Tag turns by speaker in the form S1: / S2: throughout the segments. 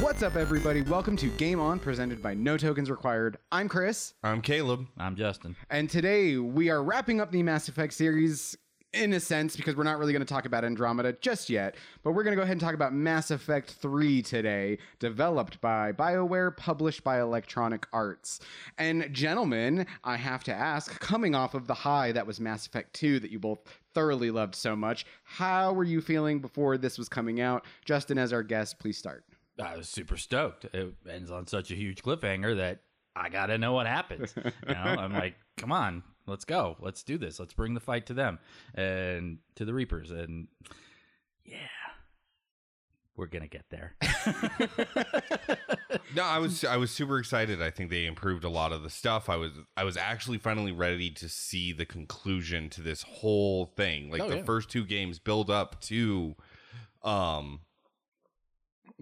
S1: What's up, everybody? Welcome to Game On, presented by No Tokens Required. I'm Chris,
S2: I'm Caleb.
S3: I'm Justin.
S1: and today we are wrapping up the Mass Effect series in a sense because we're not really going to talk about Andromeda just yet, but we're going to go ahead and talk about Mass Effect 3 today, developed by BioWare, published by Electronic Arts. And, gentlemen, I have to ask, coming off of the high that was Mass Effect 2 that you both thoroughly loved so much, how were you feeling before this was coming out? Justin, as our guest, please start.
S3: I was super stoked. It ends on such a huge cliffhanger that I got to know what happens. You know, I'm like, come on, let's go. Let's do this. Let's bring the fight to them and to the Reapers. And yeah, we're going to get there.
S2: No, I was I was super excited. I think they improved a lot of the stuff. I was I was actually finally ready to see the conclusion to this whole thing. Like
S3: Oh,
S2: the
S3: yeah.
S2: first two games build up to um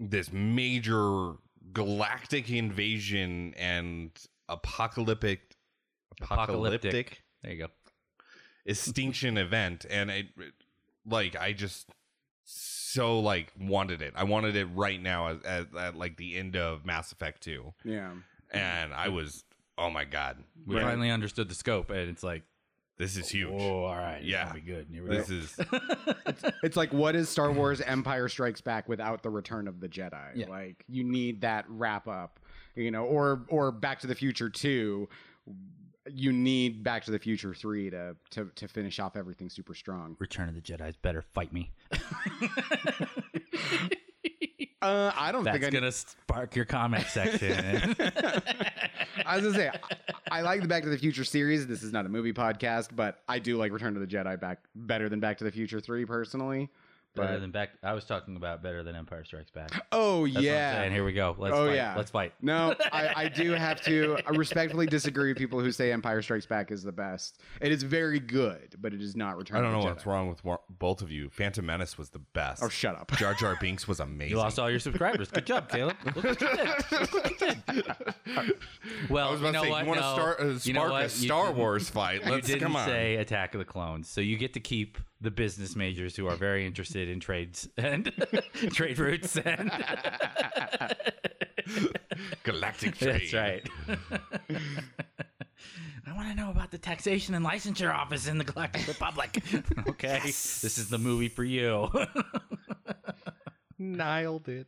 S2: this major galactic invasion and apocalyptic apocalyptic
S3: There you go.
S2: extinction event and it like i just so like wanted it i wanted it right now as, as at like the end of mass effect 2
S1: Yeah.
S2: and i was oh my god
S3: We
S2: Like,
S3: finally understood the scope, and it's like,
S2: this is huge
S3: oh, all right.
S2: Yeah.
S3: It's gonna be good. Here we
S2: this
S3: go.
S2: is
S1: It's like what is Star Wars Empire Strikes Back without the return of the Jedi?
S3: Yeah.
S1: Like you need that wrap up, you know, or or Back to the Future 2, you need Back to the Future 3 to to to finish off everything super strong.
S3: Return of the Jedi's better fight me.
S1: Uh I don't
S3: That's
S1: think I
S3: gonna spark your comment section.
S1: I was gonna say I, I like the Back to the Future series. This is not a movie podcast, but I do like Return to the Jedi back better than Back to the Future 3 personally.
S3: better
S1: But-
S3: than back. I was talking about better than Empire Strikes Back.
S1: Oh
S3: That's what I'm
S1: yeah.
S3: saying. here we go. Let's
S1: Oh,
S3: fight.
S1: yeah.
S3: Let's fight.
S1: No, I, I do have to I respectfully disagree with people who say Empire Strikes Back is the best. It is very good, but it is not Return.
S2: i don't know
S1: of the
S2: what's
S1: Jedi.
S2: wrong with wa- both of you phantom menace was the best
S1: Oh, shut up.
S2: jar jar binks was amazing
S3: You lost all your subscribers. Good job, Caleb. Look what you did. Look what you did. Well,
S2: I was about
S3: you know
S2: to say,
S3: what?
S2: you want to
S3: No.
S2: start uh,
S3: You know
S2: spark
S3: what?
S2: a
S3: You
S2: Star
S3: didn't-
S2: Wars fight?
S3: You
S2: Let's
S3: didn't
S2: come on.
S3: say Attack of the Clones, so you get to keep the business majors who are very interested in trades and trade routes. And
S2: Galactic trade.
S3: that's right. I want to know about the taxation and licensure office in the Galactic Republic. okay, this is the movie for you.
S2: Nailed it.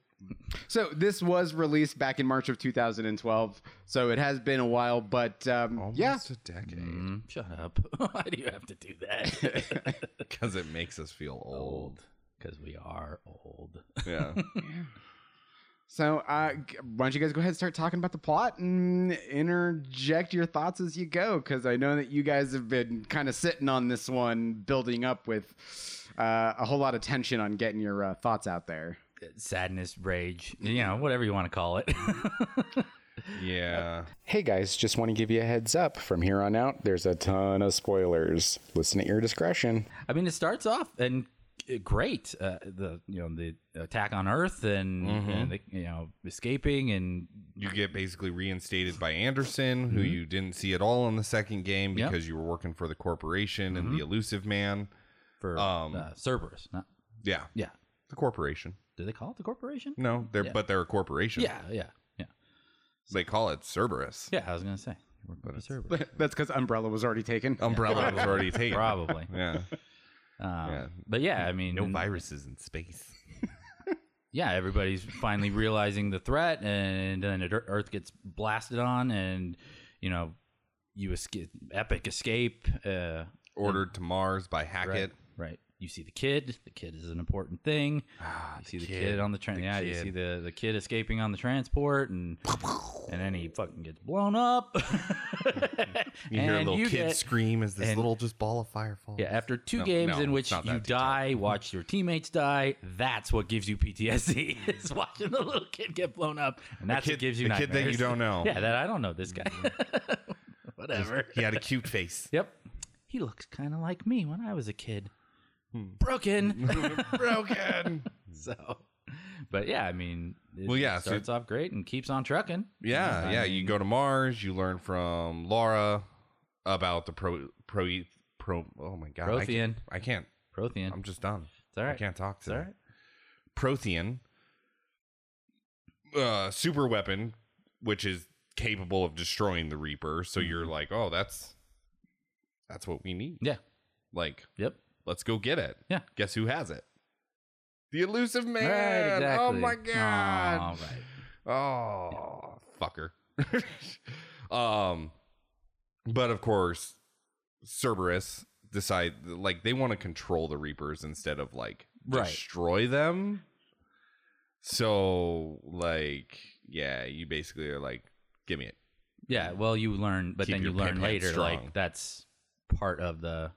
S1: So this was released back in March of 2012, so it has been a while. But um,
S2: Almost
S1: yeah,
S2: a decade.
S3: Mm, shut up. Why do you have to do that?
S2: Because it makes us feel old.
S3: old because we are old.
S2: Yeah.
S1: so uh, g- why don't you guys go ahead and start talking about the plot and interject your thoughts as you go? Because I know that you guys have been kind of sitting on this one, building up with uh, a whole lot of tension on getting your uh, thoughts out there.
S3: Sadness, rage, you know, whatever you want to call it.
S2: yeah.
S1: Hey guys, just want to give you a heads up. From here on out, there's a ton of spoilers. Listen at your discretion.
S3: I mean, it starts off and uh, great. Uh, the you know the attack on Earth and,
S2: Mm-hmm.
S3: and the, you know escaping and
S2: You get basically reinstated by Anderson, who
S3: Mm-hmm.
S2: you didn't see at all in the second game
S3: Yep.
S2: because you were working for the corporation
S3: Mm-hmm.
S2: and the elusive man.
S3: for
S2: Um,
S3: uh, Cerberus. Not
S2: Yeah.
S3: yeah.
S2: The corporation.
S3: Do they call it the corporation?
S2: No, they're but they're a corporation.
S3: Yeah, yeah, yeah,
S2: They call it Cerberus.
S3: yeah. I was gonna say we're for Cerberus.
S1: That's because Umbrella was already taken.
S2: Umbrella was already taken.
S3: Probably,
S2: Yeah.
S3: um,
S2: Yeah.
S3: but yeah, I mean,
S2: No
S3: and-
S2: viruses in space.
S3: yeah, everybody's finally realizing the threat, and then it- Earth gets blasted on, and you know, you escape, epic escape. Uh,
S2: Ordered to Mars by
S3: right,
S2: Hackett.
S3: right. You see the kid. The kid is an important thing. You see the kid, on the train. Yeah, you
S2: Ah, kid.
S3: see the the kid escaping on the transport, and and then he fucking gets blown up.
S2: You hear a
S3: And
S2: little
S3: you
S2: kid
S3: get-
S2: scream as this
S3: and-
S2: little just ball of fire falls.
S3: Yeah, after two
S2: No,
S3: games
S2: no,
S3: in
S2: it's
S3: which
S2: not
S3: you
S2: that detailed.
S3: die, watch your teammates die, that's what gives you PTSD. is watching the little kid get blown up, and that's
S2: kid-
S3: what gives you
S2: the
S3: nightmares.
S2: kid that you don't know. Mm-hmm.
S3: Yeah, that I don't know this guy. Whatever.
S2: He had a cute face.
S3: Yep. He looks kind of like me when I was a kid.
S2: Hmm.
S3: Broken.
S2: Broken.
S3: so, but yeah, I mean, it
S2: Well, yeah, so-
S3: starts off great and keeps on trucking.
S2: Yeah,
S3: I
S2: yeah. you
S3: mean-
S2: go to Mars. You learn from Laura about the pro pro pro. Oh my god, I can't,
S3: Prothean.
S2: I can't.
S3: Prothean.
S2: I'm just done.
S3: it's all right.
S2: I can't talk
S3: It's all
S2: today.
S3: right.
S2: Prothean uh, super weapon, which is capable of destroying the Reaper.
S3: Mm-hmm.
S2: So you're like, oh, that's that's what we need.
S3: Yeah.
S2: Like,
S3: Yep.
S2: let's go get it.
S3: Yeah.
S2: Guess who has it? The elusive man.
S3: Right, exactly.
S2: Oh my
S3: All
S2: god.
S3: right.
S2: Oh, fucker. um, but of course, Cerberus decide like they want to control the Reapers instead of like
S3: Right.
S2: destroy them. So like, yeah, you basically are like, give me it.
S3: Yeah, well, you learn, but
S2: Keep
S3: then you
S2: your
S3: learn
S2: pimp hand
S3: later,
S2: strong.
S3: like that's part of the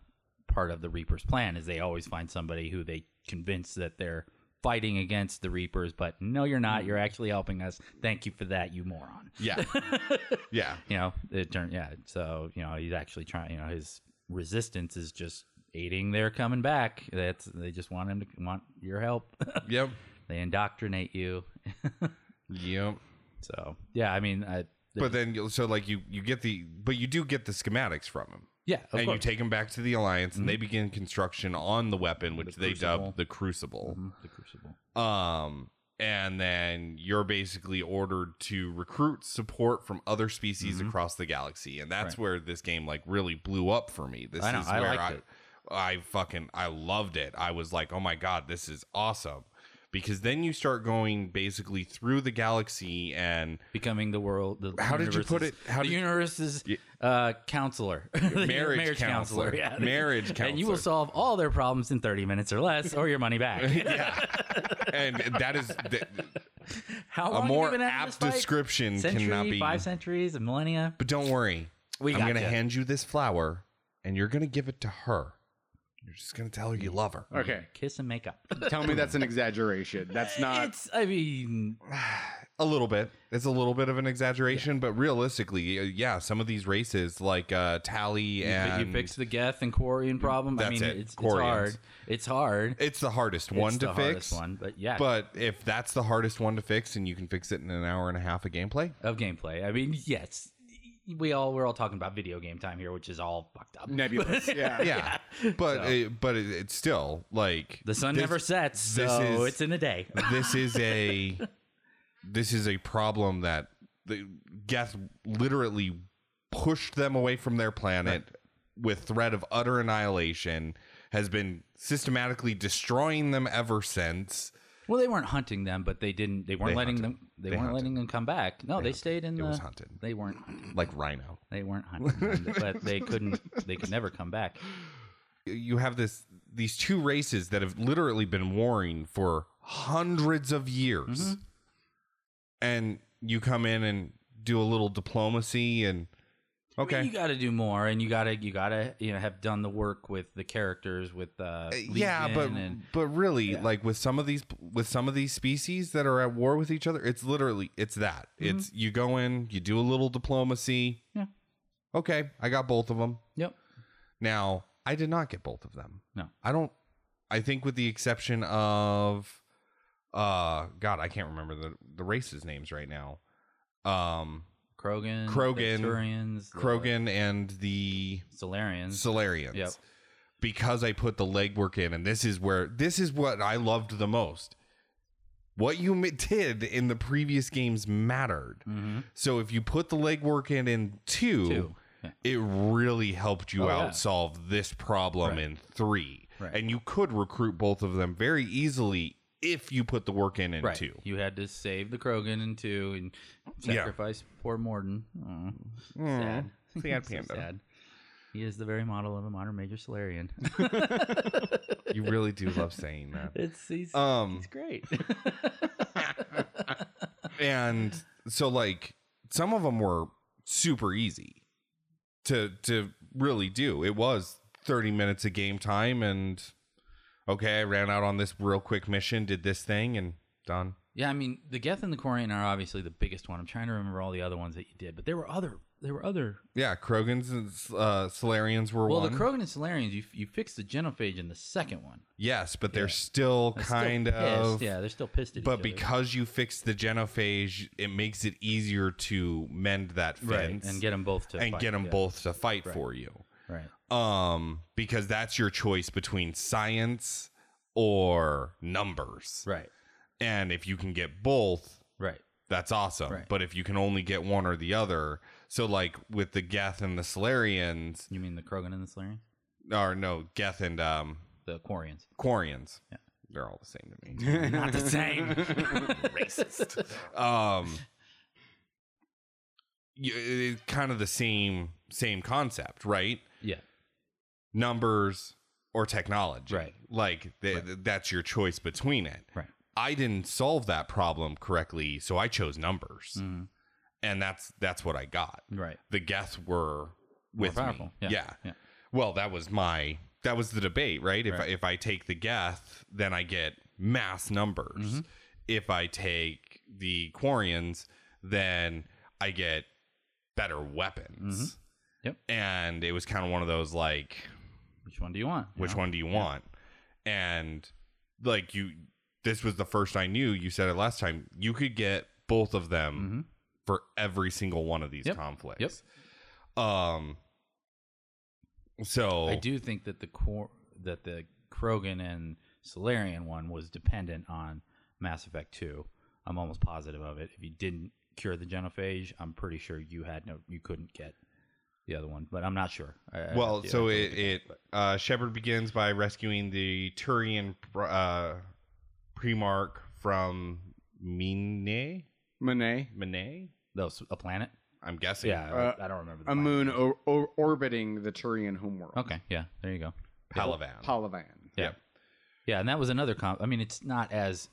S3: part of the Reaper's plan is they always find somebody who they convince that they're fighting against the Reapers, but no, you're not. You're
S2: Mm.
S3: actually helping us. Thank you for that, you moron.
S2: Yeah, yeah,
S3: You know, it turned yeah. So you know, he's actually trying. You know, his resistance is just aiding their coming back. That's they just want him to want your help.
S2: yep,
S3: they indoctrinate you.
S2: yep.
S3: So yeah, I mean, I,
S2: But then, you'll- so like you you get the, but you do get the schematics from him.
S3: yeah, of
S2: and
S3: course. Mm-hmm.
S2: you take them back to the alliance and they begin construction on the weapon which
S3: The
S2: they
S3: Crucible.
S2: dub the crucible
S3: Mhm, the crucible.
S2: um and then you're basically ordered to recruit support from other species across the galaxy and that's
S3: Mm-hmm. Right.
S2: where this game like really blew up for me this
S3: I know,
S2: is
S3: I
S2: where
S3: liked
S2: i
S3: it.
S2: i fucking i loved it i was like oh my god this is awesome because then you start going basically through the galaxy and
S3: becoming the world. The
S2: How did you
S3: universe's-
S2: put it? How
S3: the
S2: did-
S3: universe's uh, counselor, The
S2: Marriage counselor.
S3: yeah,
S2: Marriage
S3: and you will
S2: counselor.
S3: solve all their problems in thirty minutes or less, or your money back.
S2: and that is th-
S3: How
S2: a
S3: long
S2: more
S3: have you been at
S2: apt
S3: this fight?
S2: description
S3: Century,
S2: cannot be
S3: five centuries, a millennia.
S2: But don't worry.
S3: We
S2: I'm
S3: got
S2: gonna
S3: ya.
S2: hand you this flower and you're gonna give it to her. You're just gonna tell her you love her.
S3: Oh.
S1: Okay.
S3: Kiss and make up.
S1: Tell me that's an exaggeration. That's not.
S3: it's. I mean,
S2: A little bit. It's a little bit of an exaggeration, but realistically, uh, yeah, some of these races like uh Tally
S3: but
S2: and
S3: you fix the Geth and Quarian problem. I
S2: That's
S3: mean,
S2: it,
S3: it's, it's
S2: Quarians.
S3: hard. It's hard.
S2: it's the hardest one
S3: it's
S2: to
S3: the
S2: fix.
S3: hardest one, but yeah,
S2: But if that's the hardest one to fix and you can fix it in an hour and a half of gameplay,
S3: of gameplay. I mean, yes, we all we're all talking about video game time here, which is all fucked up.
S1: Nebulous. Yeah.
S2: yeah. But it, but it, it's still like
S3: The sun
S2: this-
S3: never sets, so
S2: this is-
S3: it's in a day.
S2: this is a this is a problem that the Geth literally pushed them away from their planet with threat of utter annihilation has been systematically destroying them ever since
S3: Well, they weren't hunting them, but they didn't. They weren't
S2: They
S3: letting
S2: hunted.
S3: them. They,
S2: They
S3: weren't
S2: hunted.
S3: letting them come back. No, they, stayed in
S2: it
S3: the.
S2: was hunted
S3: They weren't. hunting.
S2: like rhino
S3: They weren't hunting, them, but they couldn't. They could never come back.
S2: you have this these two races that have literally been warring for hundreds of years and you come in and do a little diplomacy and
S3: I mean,
S2: okay
S3: you got to do more, and you got to you got to you know have done the work with the characters with. Uh,
S2: yeah but
S3: Legion and,
S2: but really like with some of these with some of these species that are at war with each other it's literally it's that it's you go in you do a little diplomacy
S3: Mm-hmm. Yeah.
S2: okay i got both of them
S3: yep.
S2: now i did not get both of them
S3: No.
S2: i don't i think with the exception of uh god i can't remember the the races names right now um
S3: Krogan,
S2: Krogan,
S3: the Turians, the
S2: krogan and the
S3: Solarians.
S2: Solarians.
S3: Yep.
S2: Because I put the legwork in, and this is where this is what I loved the most. What you mi- did in the previous games mattered.
S3: Mm-hmm.
S2: So if you put the legwork in in two,
S3: Two. Yeah.
S2: it really helped you
S3: Oh,
S2: out
S3: yeah.
S2: solve this problem
S3: Right.
S2: in three.
S3: Right.
S2: And you could recruit both of them very easily if you put the work in in
S3: Right.
S2: two.
S3: You had to save the Krogan in two and sacrifice poor Morden. Aw.
S1: Hmm.
S3: Sad.
S2: Sad
S3: So
S2: panda.
S3: sad. He is the very model of a modern major Solarian.
S2: You really do love saying that.
S3: it's he's,
S2: Um,
S3: he's great.
S2: and so like some of them were super easy to to really do it was 30 minutes of game time and okay i ran out on this real quick mission did this thing and done
S3: yeah, I mean the Geth and the Corian are obviously the biggest one. I'm trying to remember all the other ones that you did, but there were other there were other.
S2: yeah krogans and uh solarians were
S3: Well,
S2: one
S3: the Krogan and Solarians, you you fixed the genophage in the second one.
S2: yes but they're still
S3: They're still
S2: kind
S3: pissed.
S2: of
S3: yeah, they're still pissed at
S2: but
S3: each other.
S2: because you fixed the genophage it makes it easier to mend that fence
S3: and get them both to
S2: and
S3: fight.
S2: get 'em
S3: yeah,
S2: both to fight for you
S3: right.
S2: um because that's your choice between science or numbers
S3: Right.
S2: and if you can get both
S3: Right.
S2: that's awesome.
S3: Right.
S2: But if you can only get one or the other, so like with the Geth and the Solarians,
S3: You mean the Krogan and the Solarians?
S2: or no, Geth and um,
S3: The Quarians.
S2: Quarians.
S3: Yeah.
S2: They're all the same to me.
S3: Not the same. Racist.
S2: um, y- it's kind of the same same concept, right?
S3: Yeah.
S2: Numbers or technology,
S3: Right.
S2: Like th- th- that's your choice between it.
S3: Right.
S2: I didn't solve that problem correctly, so I chose numbers,
S3: Mhm.
S2: and that's that's what I got.
S3: Right.
S2: The Geth were with me.
S3: powerful. Yeah.
S2: yeah,
S3: Yeah.
S2: Well, that was my that was the debate, right? If I,
S3: Right.
S2: if I take the Geth, then I get mass numbers.
S3: Mm-hmm.
S2: If I take the Quarians, then I get better weapons.
S3: Mm-hmm. Yep.
S2: And it was kind of one of those like,
S3: Which one do you want? you
S2: which
S3: know?
S2: one do you want? And like you, this was the first I knew. You said it last time. You could get both of them for every single one of these
S3: Mm-hmm. Yep.
S2: conflicts. Yep. Um. So
S3: I do think that the core that the Krogan and Solarian one was dependent on Mass Effect Two. I'm almost positive of it. If you didn't cure the genophage, I'm pretty sure you had no, you couldn't get the other one. But I'm not sure. I- I-
S2: Well,
S3: yeah,
S2: so
S3: I-
S2: it, it uh, Shepard begins by rescuing the Turian pr- uh, Primarch from Mine.
S1: Monet,
S2: Mine,
S3: that was a planet.
S2: I'm guessing.
S3: Yeah,
S1: Uh,
S3: I don't remember. The
S1: a
S3: planet.
S1: moon o- o- orbiting the Turian homeworld.
S3: Okay, yeah, there you go.
S2: Palavan.
S1: Palavan.
S3: Yeah.
S2: Yep.
S3: Yeah, and that was another comp. I mean, it's not as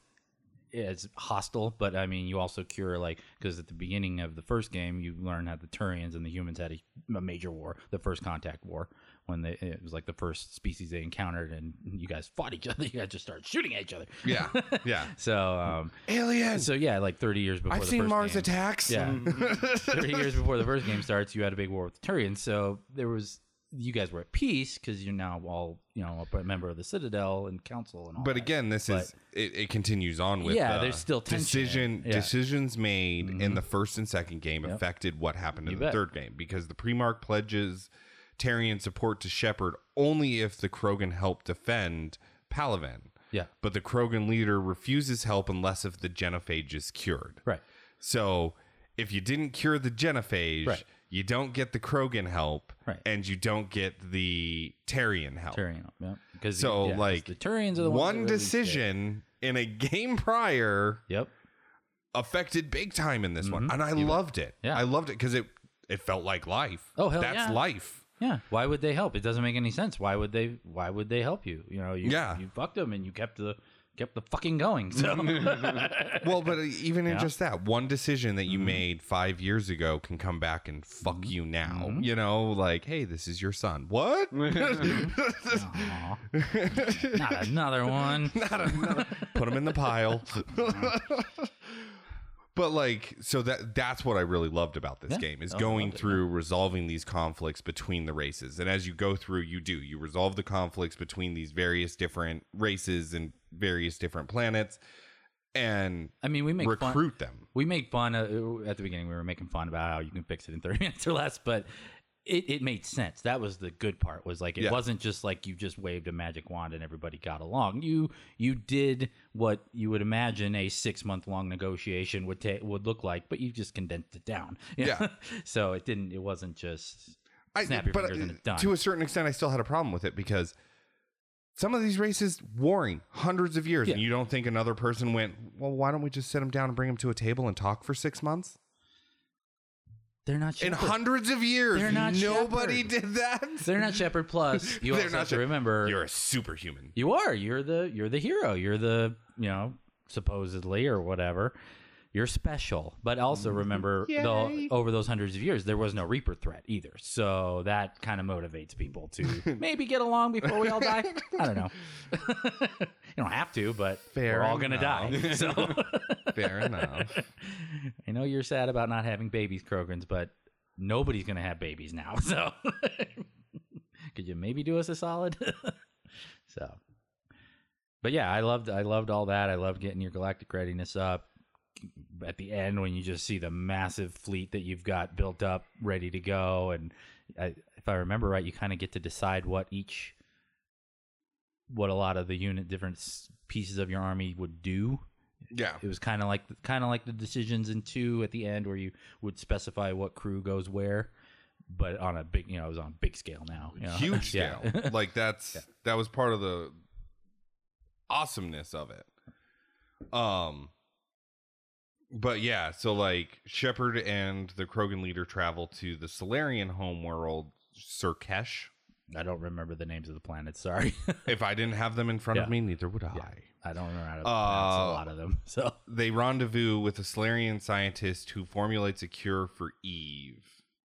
S3: as hostile, but I mean, you also cure like because at the beginning of the first game, you learn how the Turians and the humans had a, a major war, the first contact war, when they it was like the first species they encountered, and you guys fought each other. You guys just started shooting at each other.
S2: yeah, yeah.
S3: So, um,
S2: Aliens.
S3: so yeah, like thirty years before
S2: I've
S3: the
S2: seen
S3: first
S2: Mars
S3: game,
S2: attacks.
S3: Yeah. 30 years before the first game starts, you had a big war with the Turians. So there was, you guys were at peace because you're now all, you know, a member of the Citadel and Council and all
S2: but
S3: that.
S2: again, this is it, it continues on with
S3: Yeah,
S2: uh,
S3: there's still tension.
S2: decision
S3: Yeah. Mm-hmm.
S2: decisions made in the first and second game affected what happened in
S3: You
S2: the
S3: bet.
S2: third game because the Primarch pledges Tarian support to Shepard only if the Krogan help defend Palavan.
S3: Yeah.
S2: But the Krogan leader refuses help unless if the genophage is cured.
S3: Right.
S2: So if you didn't cure the genophage,
S3: Right.
S2: you don't get the Krogan help,
S3: Right.
S2: and you don't get the Tarian help.
S3: Turian. Yeah. Because
S2: So, like,
S3: the Turians are the ones that
S2: One
S3: released it.
S2: decision in a game prior
S3: Yep.
S2: affected big time in this one, and I loved it.
S3: Mm-hmm. Yeah.
S2: I loved it because it it felt like life.
S3: Oh, hell
S2: that's
S3: yeah.
S2: life.
S3: Yeah. Why would they help? It doesn't make any sense. Why would they? Why would they help you? You know. You,
S2: Yeah.
S3: You fucked them and you kept the kept the fucking going. So
S2: Well, but uh, even in just that one decision that you
S3: Mm-hmm.
S2: made five years ago can come back and fuck you now.
S3: Mm-hmm.
S2: You know, like, hey, this is your son. What?
S3: Aw. not another one.
S2: Put him in the pile. but like, so that that's what I really loved about this
S3: Yeah.
S2: game is
S3: Oh, I
S2: going
S3: loved it,
S2: through resolving these conflicts between the races. And as you go through, you do you resolve the conflicts between these various different races and various different planets, and
S3: I mean, we make fun.
S2: recruit them.
S3: we make fun uh, at the beginning. We were making fun about how you can fix it in thirty minutes or less, but it, it made sense. That was the good part. Was like it
S2: Yeah.
S3: wasn't just like you just waved a magic wand and everybody got along. You you did what you would imagine a six month long negotiation would ta- would look like, but you just condensed it down. You
S2: Yeah.
S3: know? so it didn't. It wasn't just
S2: I,
S3: snap your
S2: but
S3: fingers and
S2: uh,
S3: it's done.
S2: To a certain extent, I still had a problem with it because some of these races warring hundreds of years, and
S3: Yeah.
S2: you don't think another person went, well, why don't we just sit them down and bring them to a table and talk for six months?
S3: they're not
S2: In
S3: Shepherd.
S2: hundreds of years,
S3: They're not
S2: nobody
S3: Shepherd.
S2: did that.
S3: they're not Shepherd. Plus, you
S2: They're
S3: also
S2: not
S3: have to
S2: Shep-
S3: remember
S2: You're a superhuman.
S3: You are. You're the you're the hero. You're the you know supposedly or whatever. You're special, but also remember, though, over those hundreds of years, there was no Reaper threat either. So that kind of motivates people to maybe get along before we all die. I don't know. you don't have to, but
S2: Fair
S3: we're all gonna
S2: enough.
S3: die. So
S2: Fair enough.
S3: I know you're sad about not having babies, Krogans, but nobody's gonna have babies now. So could you maybe do us a solid? so, but yeah, I loved I loved all that. I loved getting your galactic readiness up at the end when you just see the massive fleet that you've got built up, ready to go. And I, if I remember right, you kind of get to decide what each what a lot of the unit different s- pieces of your army would do
S2: Yeah.
S3: it was kind of like kind of like the decisions in two at the end where you would specify what crew goes where but on a big you know it was on a big scale now you know?
S2: Huge
S3: Yeah.
S2: scale. like that's that was part of the awesomeness of it. Um but yeah, so like Shepard and the Krogan leader travel to the Solarian homeworld Sirkesh.
S3: i don't remember the names of the planets sorry
S2: If I didn't have them in front of
S3: Yeah.
S2: me, neither would I.
S3: i don't remember how to pronounce
S2: Uh,
S3: a lot of them so
S2: They rendezvous with a Solarian scientist who formulates a cure for Eve,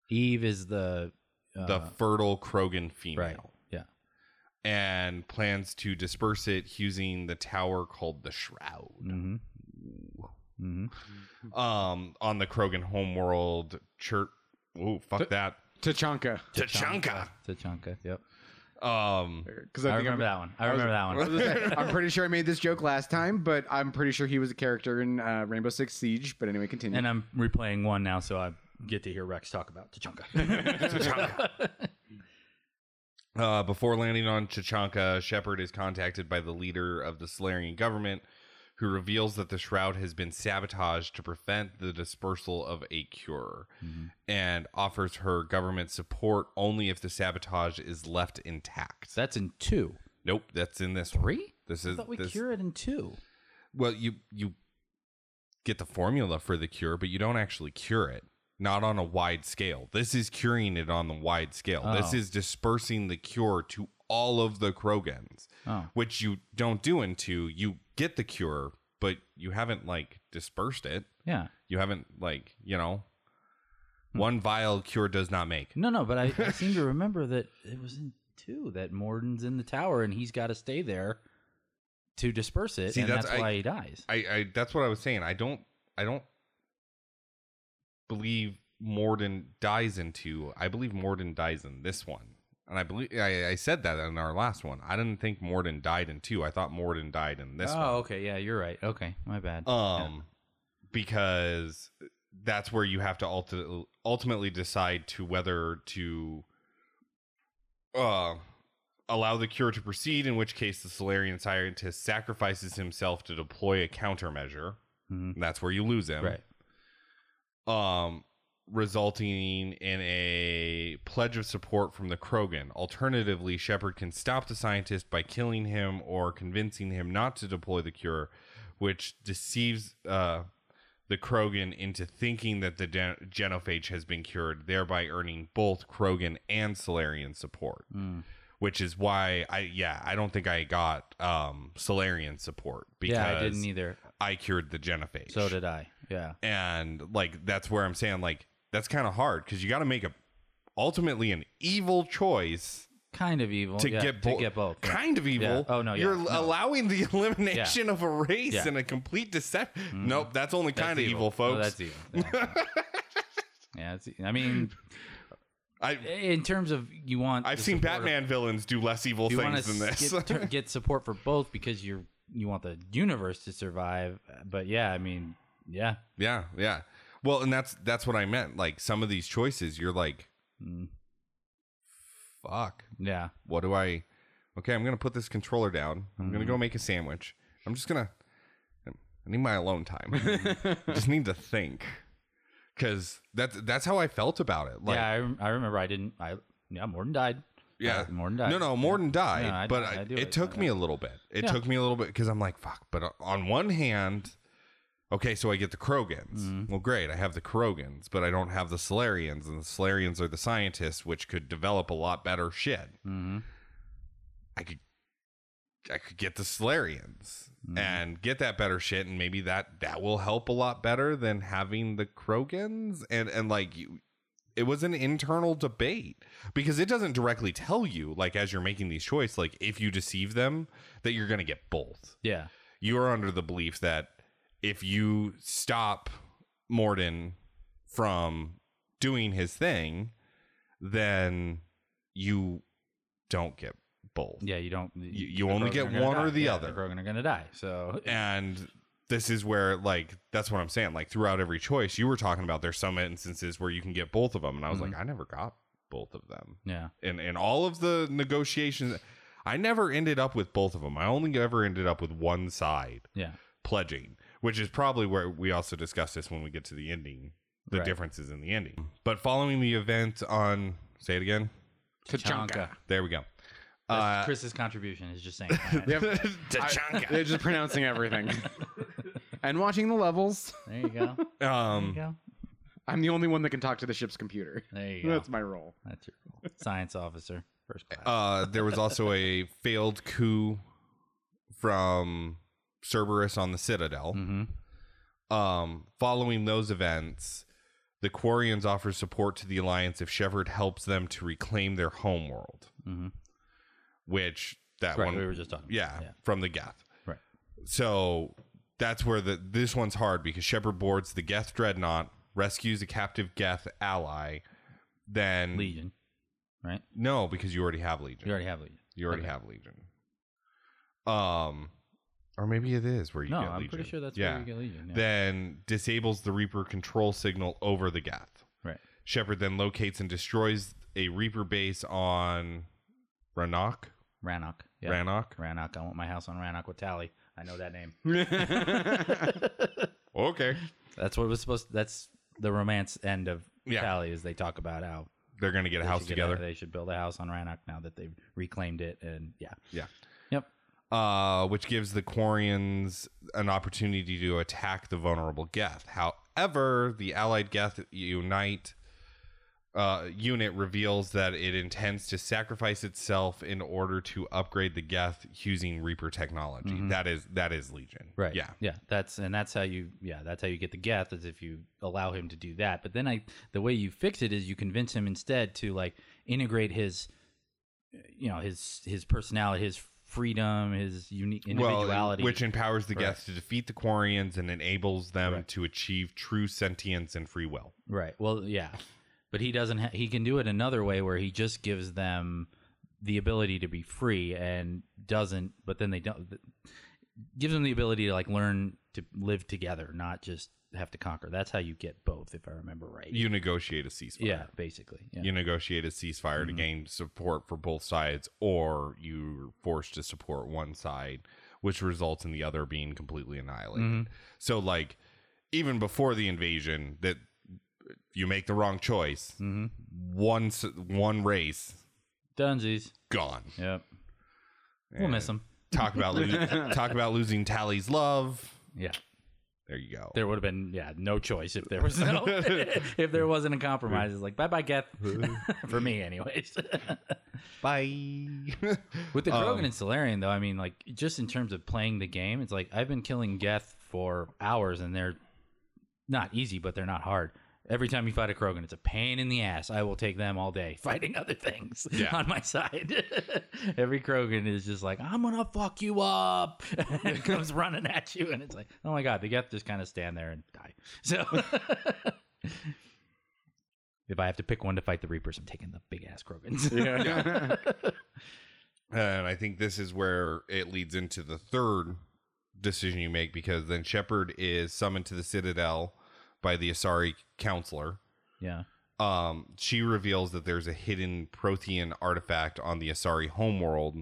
S3: eve is the uh,
S2: the fertile Krogan female.
S3: right yeah
S2: and plans to disperse it using the tower called the Shroud
S3: mm-hmm. Mm-hmm.
S2: um, on the Krogan homeworld. Chir- Ooh, fuck that.
S1: Tachanka.
S2: Tachanka.
S3: Tachanka. Yep.
S2: Um,
S1: Because
S3: I remember that one. I remember that one.
S1: I'm pretty sure I made this joke last time, but I'm pretty sure he was a character in uh, Rainbow Six Siege. But anyway, continue.
S3: And uh, I'm replaying one now, so I get to hear Rex talk about Tachanka.
S2: Tachanka. Uh, before landing on Chachanka, Shepard is contacted by the leader of the Solarian government, who reveals that the Shroud has been sabotaged to prevent the dispersal of a cure and offers her government support only if the sabotage is left intact.
S3: That's in two.
S2: nope, that's in this one.
S3: Three?
S2: This
S3: I
S2: is
S3: thought we
S2: this,
S3: cure it in two.
S2: well, you you get the formula for the cure, but you don't actually cure it. Not on a wide scale. This is curing it on the wide scale. This
S3: Oh.
S2: is dispersing the cure to all of the Krogans,
S3: Oh.
S2: which you don't do in two. You get the cure, but you haven't like dispersed it.
S3: Yeah.
S2: You haven't like you know,
S3: Hmm.
S2: one vial cure does not make.
S3: No, no, but I, I seem to remember that it was in two that Morden's in the tower and he's got to stay there to disperse it,
S2: See,
S3: and
S2: that's-
S3: that's,
S2: I-
S3: why he dies.
S2: I, I that's what I was saying. I don't I don't believe Morden dies in two. I believe Morden dies in this one. And I believe I, I said that in our last one. I didn't think Morden died in two. I thought Morden died in this
S3: oh,
S2: one.
S3: okay. Yeah, you're right. Okay, my bad.
S2: Um because that's where you have to ulti- ultimately decide to whether to uh allow the cure to proceed in which case the solarian scientist sacrifices himself to deploy a countermeasure
S3: Mhm.
S2: and that's where you lose him
S3: Right.
S2: um resulting in a pledge of support from the krogan alternatively shepard can stop the scientist by killing him or convincing him not to deploy the cure which deceives uh the Krogan into thinking that the gen- genophage has been cured, thereby earning both Krogan and Solarian support.
S3: Mm.
S2: Which is why I, yeah, I don't think I got um Solarian support because
S3: Yeah, I didn't either.
S2: I cured the genophage.
S3: So did I. Yeah.
S2: and like that's where I'm saying like that's kind of hard because you got to make a ultimately an evil choice
S3: Kind of evil.
S2: to
S3: yeah,
S2: get
S3: to
S2: both.
S3: get both. yeah.
S2: Kind of evil.
S3: Yeah. Oh, no, yeah,
S2: You're
S3: no.
S2: allowing the elimination of a race
S3: Yeah. Mm-hmm.
S2: and a complete deception. Nope, that's only
S3: That's
S2: kind of evil, folks.
S3: No, that's e-, evil. Yeah, yeah it's, I mean,
S2: I
S3: in terms of you want,
S2: I've
S3: the
S2: seen
S3: support of-
S2: Batman villains do less evil
S3: you wanna
S2: things than this.
S3: Get, tur- get support for both because you're you want the universe to survive. But yeah, I mean, yeah,
S2: yeah, yeah. Well, and that's that's what I meant. Like some of these choices, you're like,
S3: Mm.
S2: fuck.
S3: yeah.
S2: What do I? Okay, I'm gonna put this controller down. I'm gonna
S3: Mm-hmm.
S2: go make a sandwich. I'm just gonna. I need my alone time. I just need to think, because that's that's how I felt about it. Like,
S3: yeah, I, rem- I remember I didn't. I yeah, Morton died.
S2: Yeah.
S3: Uh, Morton died.
S2: No, no, Morden died,
S3: No, I-
S2: but
S3: I
S2: I,
S3: do
S2: it
S3: it,
S2: took
S3: yeah.
S2: me a little bit. It
S3: Yeah.
S2: took me a little bit because I'm like, fuck. But on one hand, okay, so I get the Krogans.
S3: Mm-hmm.
S2: Well, great, I have the Krogans, but I don't have the Solarians, and the Solarians are the scientists, which could develop a lot better shit.
S3: hmm
S2: I could, I could get the Solarians and get that better shit, and maybe that that will help a lot better than having the Krogans, and and like you, it was an internal debate because it doesn't directly tell you like as you're making these choice like if you deceive them that you're going to get both
S3: Yeah.
S2: you are under the belief that if you stop morden from doing his thing then you don't get both
S3: Yeah. You don't.
S2: You- you only get one or the other.
S3: The Krogan are gonna die. So
S2: and this is where like that's what i'm saying like throughout every choice you were talking about there's some instances where you can get both of them and i was like i never got both of them
S3: yeah.
S2: in in all of the negotiations i never ended up with both of them i only ever ended up with one side
S3: Yeah.
S2: pledging which is probably where we also discuss this when we get to the ending, the
S1: Right.
S2: differences in the ending. But following the event on, say it again.
S1: Tachanka.
S2: There we go.
S3: That's
S2: Uh,
S3: Chris's contribution is just saying. that.
S1: Yep.
S2: Tachanka.
S1: They're just pronouncing everything. and watching the levels.
S3: There you go. There you
S2: Um,
S3: go.
S1: I'm the only one that can talk to the ship's computer.
S3: There you go.
S1: That's my role.
S3: That's your role. science officer, first class.
S2: uh, there was also a failed coup from Cerberus on the Citadel.
S3: mm-hmm.
S2: Um, following those events, the Quarians offer support to the Alliance if Shepard helps them to reclaim their homeworld,
S3: Mhm.
S2: which that
S3: Right,
S2: one
S3: we were just talking. about.
S2: yeah,
S3: yeah.
S2: from the Geth.
S3: Right.
S2: So that's where the this one's hard because Shepard boards the Geth dreadnought, rescues a captive Geth ally, then
S3: Legion, right?
S2: No, because you already have Legion.
S3: You already have Legion.
S2: You already
S3: Okay.
S2: have Legion. Um, or maybe it is where you
S3: no,
S2: get
S3: I'm
S2: Legion.
S3: pretty sure that's
S2: yeah.
S3: where you get Legion. Yeah.
S2: Then disables the Reaper control signal over the Gath.
S3: Right.
S2: Shepard then locates and destroys a Reaper base on Ranok.
S3: Rannoch. Yeah.
S2: Ranok.
S3: Rannoch. I want my house on Rannoch with Tally. I know that name.
S2: Okay.
S3: That's what was supposed. that's the romance end of
S2: Yeah.
S3: Tally, is they talk about how
S2: They're gonna get a
S3: they
S2: house
S3: should get
S2: together.
S3: a- they should build a house on Rannoch now that they've reclaimed it, and yeah,
S2: Yeah.
S3: yep.
S2: uh, which gives the Quarians an opportunity to attack the vulnerable Geth. However, the allied Geth unite uh, unit reveals that it intends to sacrifice itself in order to upgrade the Geth using Reaper technology. That is that is Legion,
S3: Mm-hmm. Right.
S2: Yeah,
S3: Yeah. That's and that's how you yeah, that's how you get the Geth is if you allow him to do that. But then I the way you fix it is you convince him instead to like integrate his you know, his his personality, his freedom, his unique individuality.
S2: Well, which empowers the Geth to defeat the Quarians and enables them to achieve true sentience and free will.
S3: right. Well, yeah. But he doesn't ha- he can do it another way where he just gives them the ability to be free and doesn't but then they don't gives them the ability to like learn to live together, not just have to conquer. That's how you get both if I remember right.
S2: You negotiate a ceasefire.
S3: yeah, basically. Yeah. Mm-hmm.
S2: you negotiate a ceasefire to gain support for both sides, or you're forced to support one side, which results in the other being completely annihilated.
S3: Mm-hmm.
S2: So, like, even before the invasion, that you make the wrong choice,
S3: Mhm.
S2: one s- one race
S3: Dunsies.
S2: gone.
S3: Yep. We'll miss them.
S2: Talk about lo- talk about losing Tally's love.
S3: Yeah.
S2: There you go.
S3: There would have been yeah, no choice if there was no if there wasn't a compromise. It's like bye bye Geth for me anyways.
S2: Bye.
S3: With the Krogan and Solarian though, I mean like just in terms of playing the game, it's like I've been killing Geth for hours and they're not easy, but they're not hard. Every time you fight a Krogan, it's a pain in the ass. I will take them all day fighting other things
S2: Yeah.
S3: on my side. Every Krogan is just like, I'm gonna fuck you up, and it comes running at you, and it's like, oh my god, the Geth just kind of stand there and die. So. If I have to pick one to fight the Reapers, I'm taking the big ass Krogans.
S1: Yeah.
S2: And I think this is where it leads into the third decision you make because then Shepard is summoned to the Citadel by the Asari counselor.
S3: yeah.
S2: Um, she reveals that there's a hidden Prothean artifact on the Asari homeworld,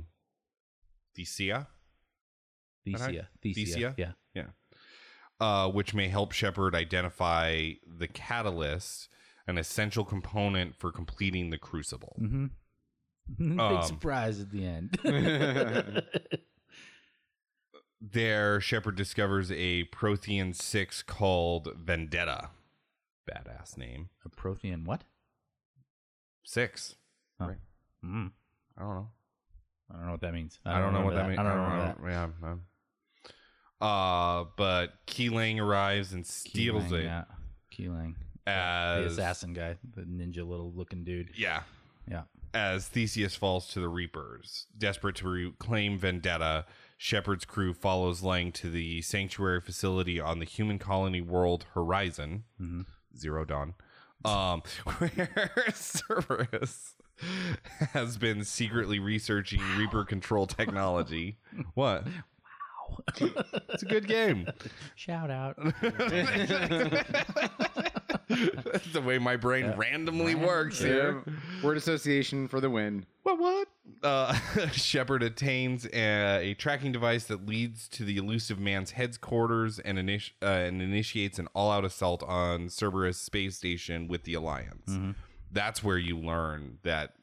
S2: Thesea,
S3: Thesia. Thesia.
S2: Thesia?
S3: Yeah.
S2: uh, which may help Shepard identify the catalyst, an essential component for completing the crucible.
S3: Mm-hmm. Big
S2: Um,
S3: surprise at the end.
S2: There, Shepard discovers a Prothean 6 called Vendetta. Badass name.
S3: a Prothean what?
S2: Six.
S3: Oh.
S2: Right.
S3: Mm.
S2: I don't know.
S3: I don't know what that means.
S2: I don't, know what that, means.
S3: I don't remember that.
S2: Yeah. I'm- Uh, but Keelang arrives and steals
S3: Keelang,
S2: it
S3: Yeah. Keelang. the
S2: as
S3: assassin guy, the ninja little looking dude.
S2: Yeah,
S3: Yeah.
S2: as Theseus falls to the Reapers, desperate to reclaim Vendetta. Shepard's crew follows Lang to the sanctuary facility on the human colony world Horizon
S3: Mhm.
S2: Zero Dawn, um, where Cerberus has been secretly researching Reaper control technology. what? Wow, it's a good game.
S3: Shout out.
S2: That's the way my brain randomly works here.
S1: Word association for the win.
S2: What? What? uh, Shepard attains a, a tracking device that leads to the elusive man's headquarters and, initi- uh, and initiates an all out assault on Cerberus space station with the Alliance.
S3: Mm-hmm.
S2: That's where you learn that,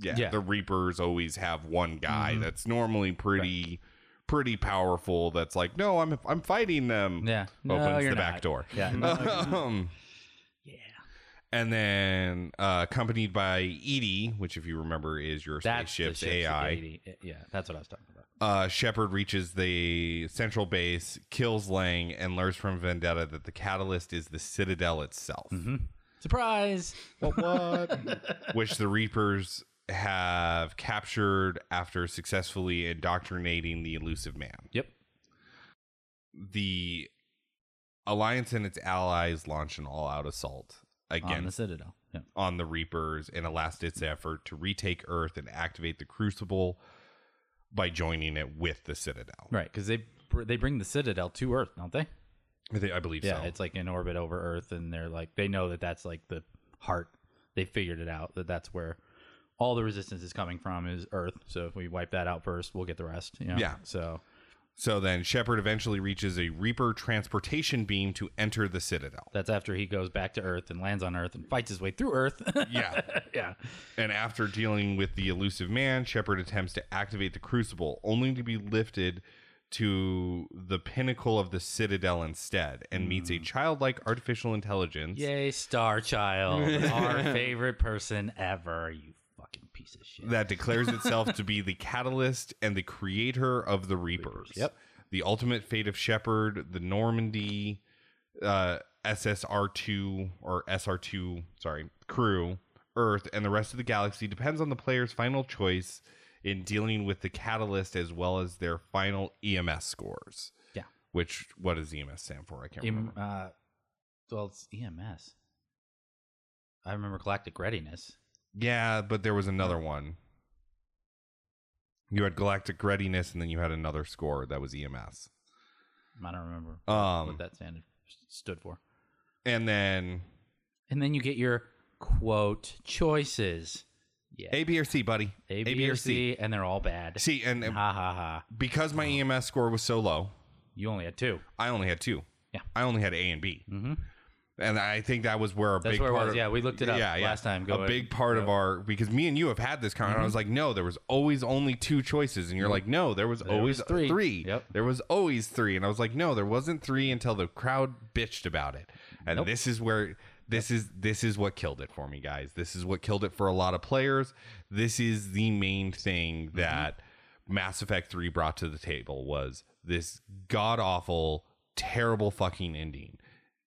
S2: yeah,
S3: Yeah. Mm-hmm.
S2: the Reapers always have one guy that's normally pretty. Pretty powerful. That's like, no, I'm I'm fighting them.
S3: Yeah. No,
S2: opens the
S3: you're
S2: back
S3: not.
S2: door.
S3: Yeah. Mm-hmm.
S2: Um, and then uh, accompanied by Edie, which, if you remember, is your
S3: That's the
S2: spaceship's
S3: ship's
S2: AI.
S3: ability. Yeah, that's what I was talking about.
S2: Uh, Shepard reaches the central base, kills Lang, and learns from Vendetta that the catalyst is the Citadel itself,
S3: Mm-hmm. Surprise!
S1: What? what?
S2: which the Reapers have captured after successfully indoctrinating the elusive man.
S3: Yep.
S2: The Alliance and its allies launch an all-out assault
S3: On the
S2: against
S3: Citadel. Yeah.
S2: on the Reapers in a last ditch effort to retake Earth and activate the Crucible by joining it with the Citadel.
S3: Right, because they br- they bring the Citadel to Earth, don't they?
S2: I, think, I believe
S3: Yeah,
S2: so.
S3: it's like in orbit over Earth, and they're like they know that that's like the heart. They figured it out that that's where all the resistance is coming from is Earth. So if we wipe that out first, we'll get the rest. You know?
S2: Yeah.
S3: So
S2: so then Shepard eventually reaches a Reaper transportation beam to enter the Citadel.
S3: that's after he goes back to Earth and lands on Earth and fights his way through Earth.
S2: Yeah.
S3: yeah.
S2: And after dealing with the elusive man, Shepard attempts to activate the Crucible, only to be lifted to the pinnacle of the Citadel instead, and meets
S3: Hmm.
S2: a childlike artificial intelligence.
S3: Yay, Star Child, our favorite person ever. You fucking piece of shit.
S2: that declares itself to be the catalyst and the creator of the Reapers.
S3: Yep.
S2: The ultimate fate of Shepard, the Normandy uh, SSR2 or SR2, sorry, crew, Earth, and the rest of the galaxy depends on the player's final choice in dealing with the catalyst as well as their final EMS scores.
S3: Yeah.
S2: Which, what does EMS stand for? I can't
S3: Em-
S2: remember.
S3: uh, well, it's EMS. I remember Galactic Readiness.
S2: Yeah, but there was another one. You had galactic readiness, and then you had another score that was E EMS.
S3: I don't remember
S2: Um,
S3: what that standard stood for.
S2: and then
S3: And then you get your quote choices. Yeah.
S2: A, B, or C, buddy.
S3: A, B, or C, and they're all bad.
S2: See, and and
S3: Ha ha ha.
S2: because my EMS score was so low,
S3: You only had two.
S2: I only had two.
S3: Yeah.
S2: I only had A and B. Mm-hmm. And I think that was where a
S3: That's
S2: big
S3: where it
S2: part
S3: was.
S2: of-
S3: Yeah, we looked it up last time. Go
S2: a
S3: ahead. Mm-hmm.
S2: big part of
S3: Go.
S2: our because me and you have had this comment. I was like, no, there was always only two choices, and you're like, no, there was always
S3: Mm-hmm. was three.
S2: three.
S3: Yep.
S2: There was always three, and I was like, no, there wasn't three until the crowd bitched about it, and
S3: Nope.
S2: this is where this is this is what killed it for me, guys. This is what killed it for a lot of players. This is the main thing
S3: Mm-hmm.
S2: that Mass Effect Three brought to the table was this god awful, terrible fucking ending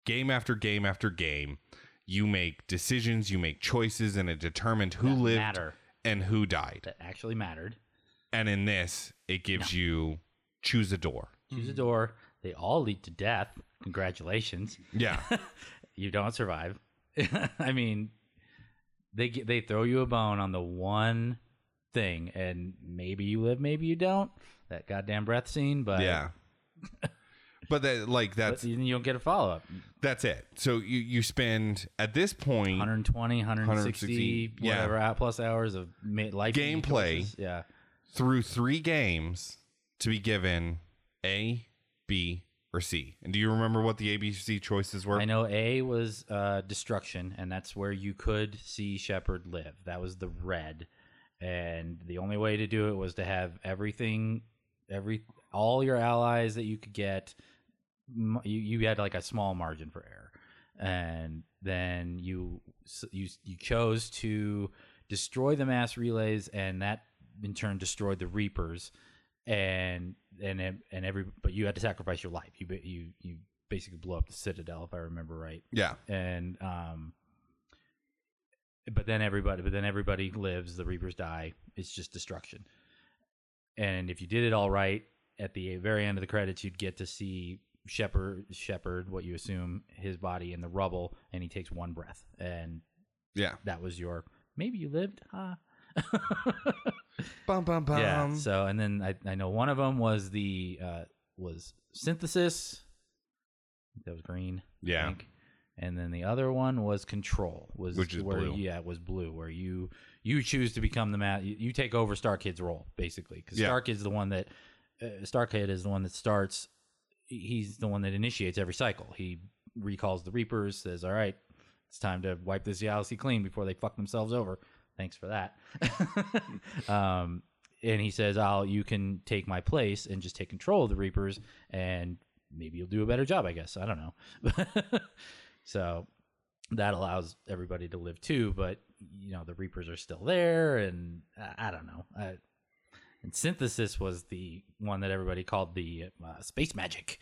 S2: game after game after game, you make decisions, you make choices, and it determined who lived
S3: matter.
S2: and who died.
S3: That actually mattered.
S2: And in this, it gives you choose a door.
S3: Choose a door. They all lead to death. Congratulations.
S2: Yeah.
S3: You don't survive. I mean, they get, they throw you a bone on the one thing, and maybe you live, maybe you don't. That goddamn breath scene, but
S2: yeah. But that like
S3: but
S2: that's
S3: then you don't get a follow up.
S2: that's it. So you you spend at this point
S3: 120, 160,
S2: 160, yeah.
S3: whatever out plus hours of ma- life
S2: Gameplay.
S3: choices. Yeah.
S2: through three games to be given A, B, or C. And do you remember what the ABC choices were?
S3: I know A was uh, destruction, and that's where you could see Shepard live. That was the red, and the only way to do it was to have everything, every all your allies that you could get. m- You you had like a small margin for error, and then you s- you you chose to destroy the mass relays, and that in turn destroyed the Reapers, and and it- and every but you had to sacrifice your life. You ba- you you basically blow up the Citadel, if I remember right,
S2: Yeah.
S3: and um. But then everybody, but then everybody lives. The Reapers die. It's just destruction. And if you did it all right, at the very end of the credits, you'd get to see Shepherd, Shepherd, what you assume his body in the rubble, and he takes one breath, and
S2: Yeah.
S3: that was your maybe you lived, huh?
S2: Bum bum bum.
S3: Yeah. So and then I, I know one of them was the uh, was synthesis. That was green. I
S2: Yeah.
S3: think. And then the other one was control. Was
S2: Which is
S3: where
S2: blue.
S3: yeah it was blue where you you choose to become the man. You, you take over Star Kid's role basically because
S2: Yeah.
S3: Star Kid's the one that uh, Star Kid is the one that starts. he- He's the one that initiates every cycle. He recalls the Reapers, says, "All right, it's time to wipe this galaxy clean before they fuck themselves over." Thanks for that. um, and he says, "I'll you can take my place and just take control of the Reapers, and maybe you'll do a better job. I guess I don't know." so that allows everybody to live too, but you know the Reapers are still there, and I, I don't know. I, and synthesis was the one that everybody called the uh, space magic.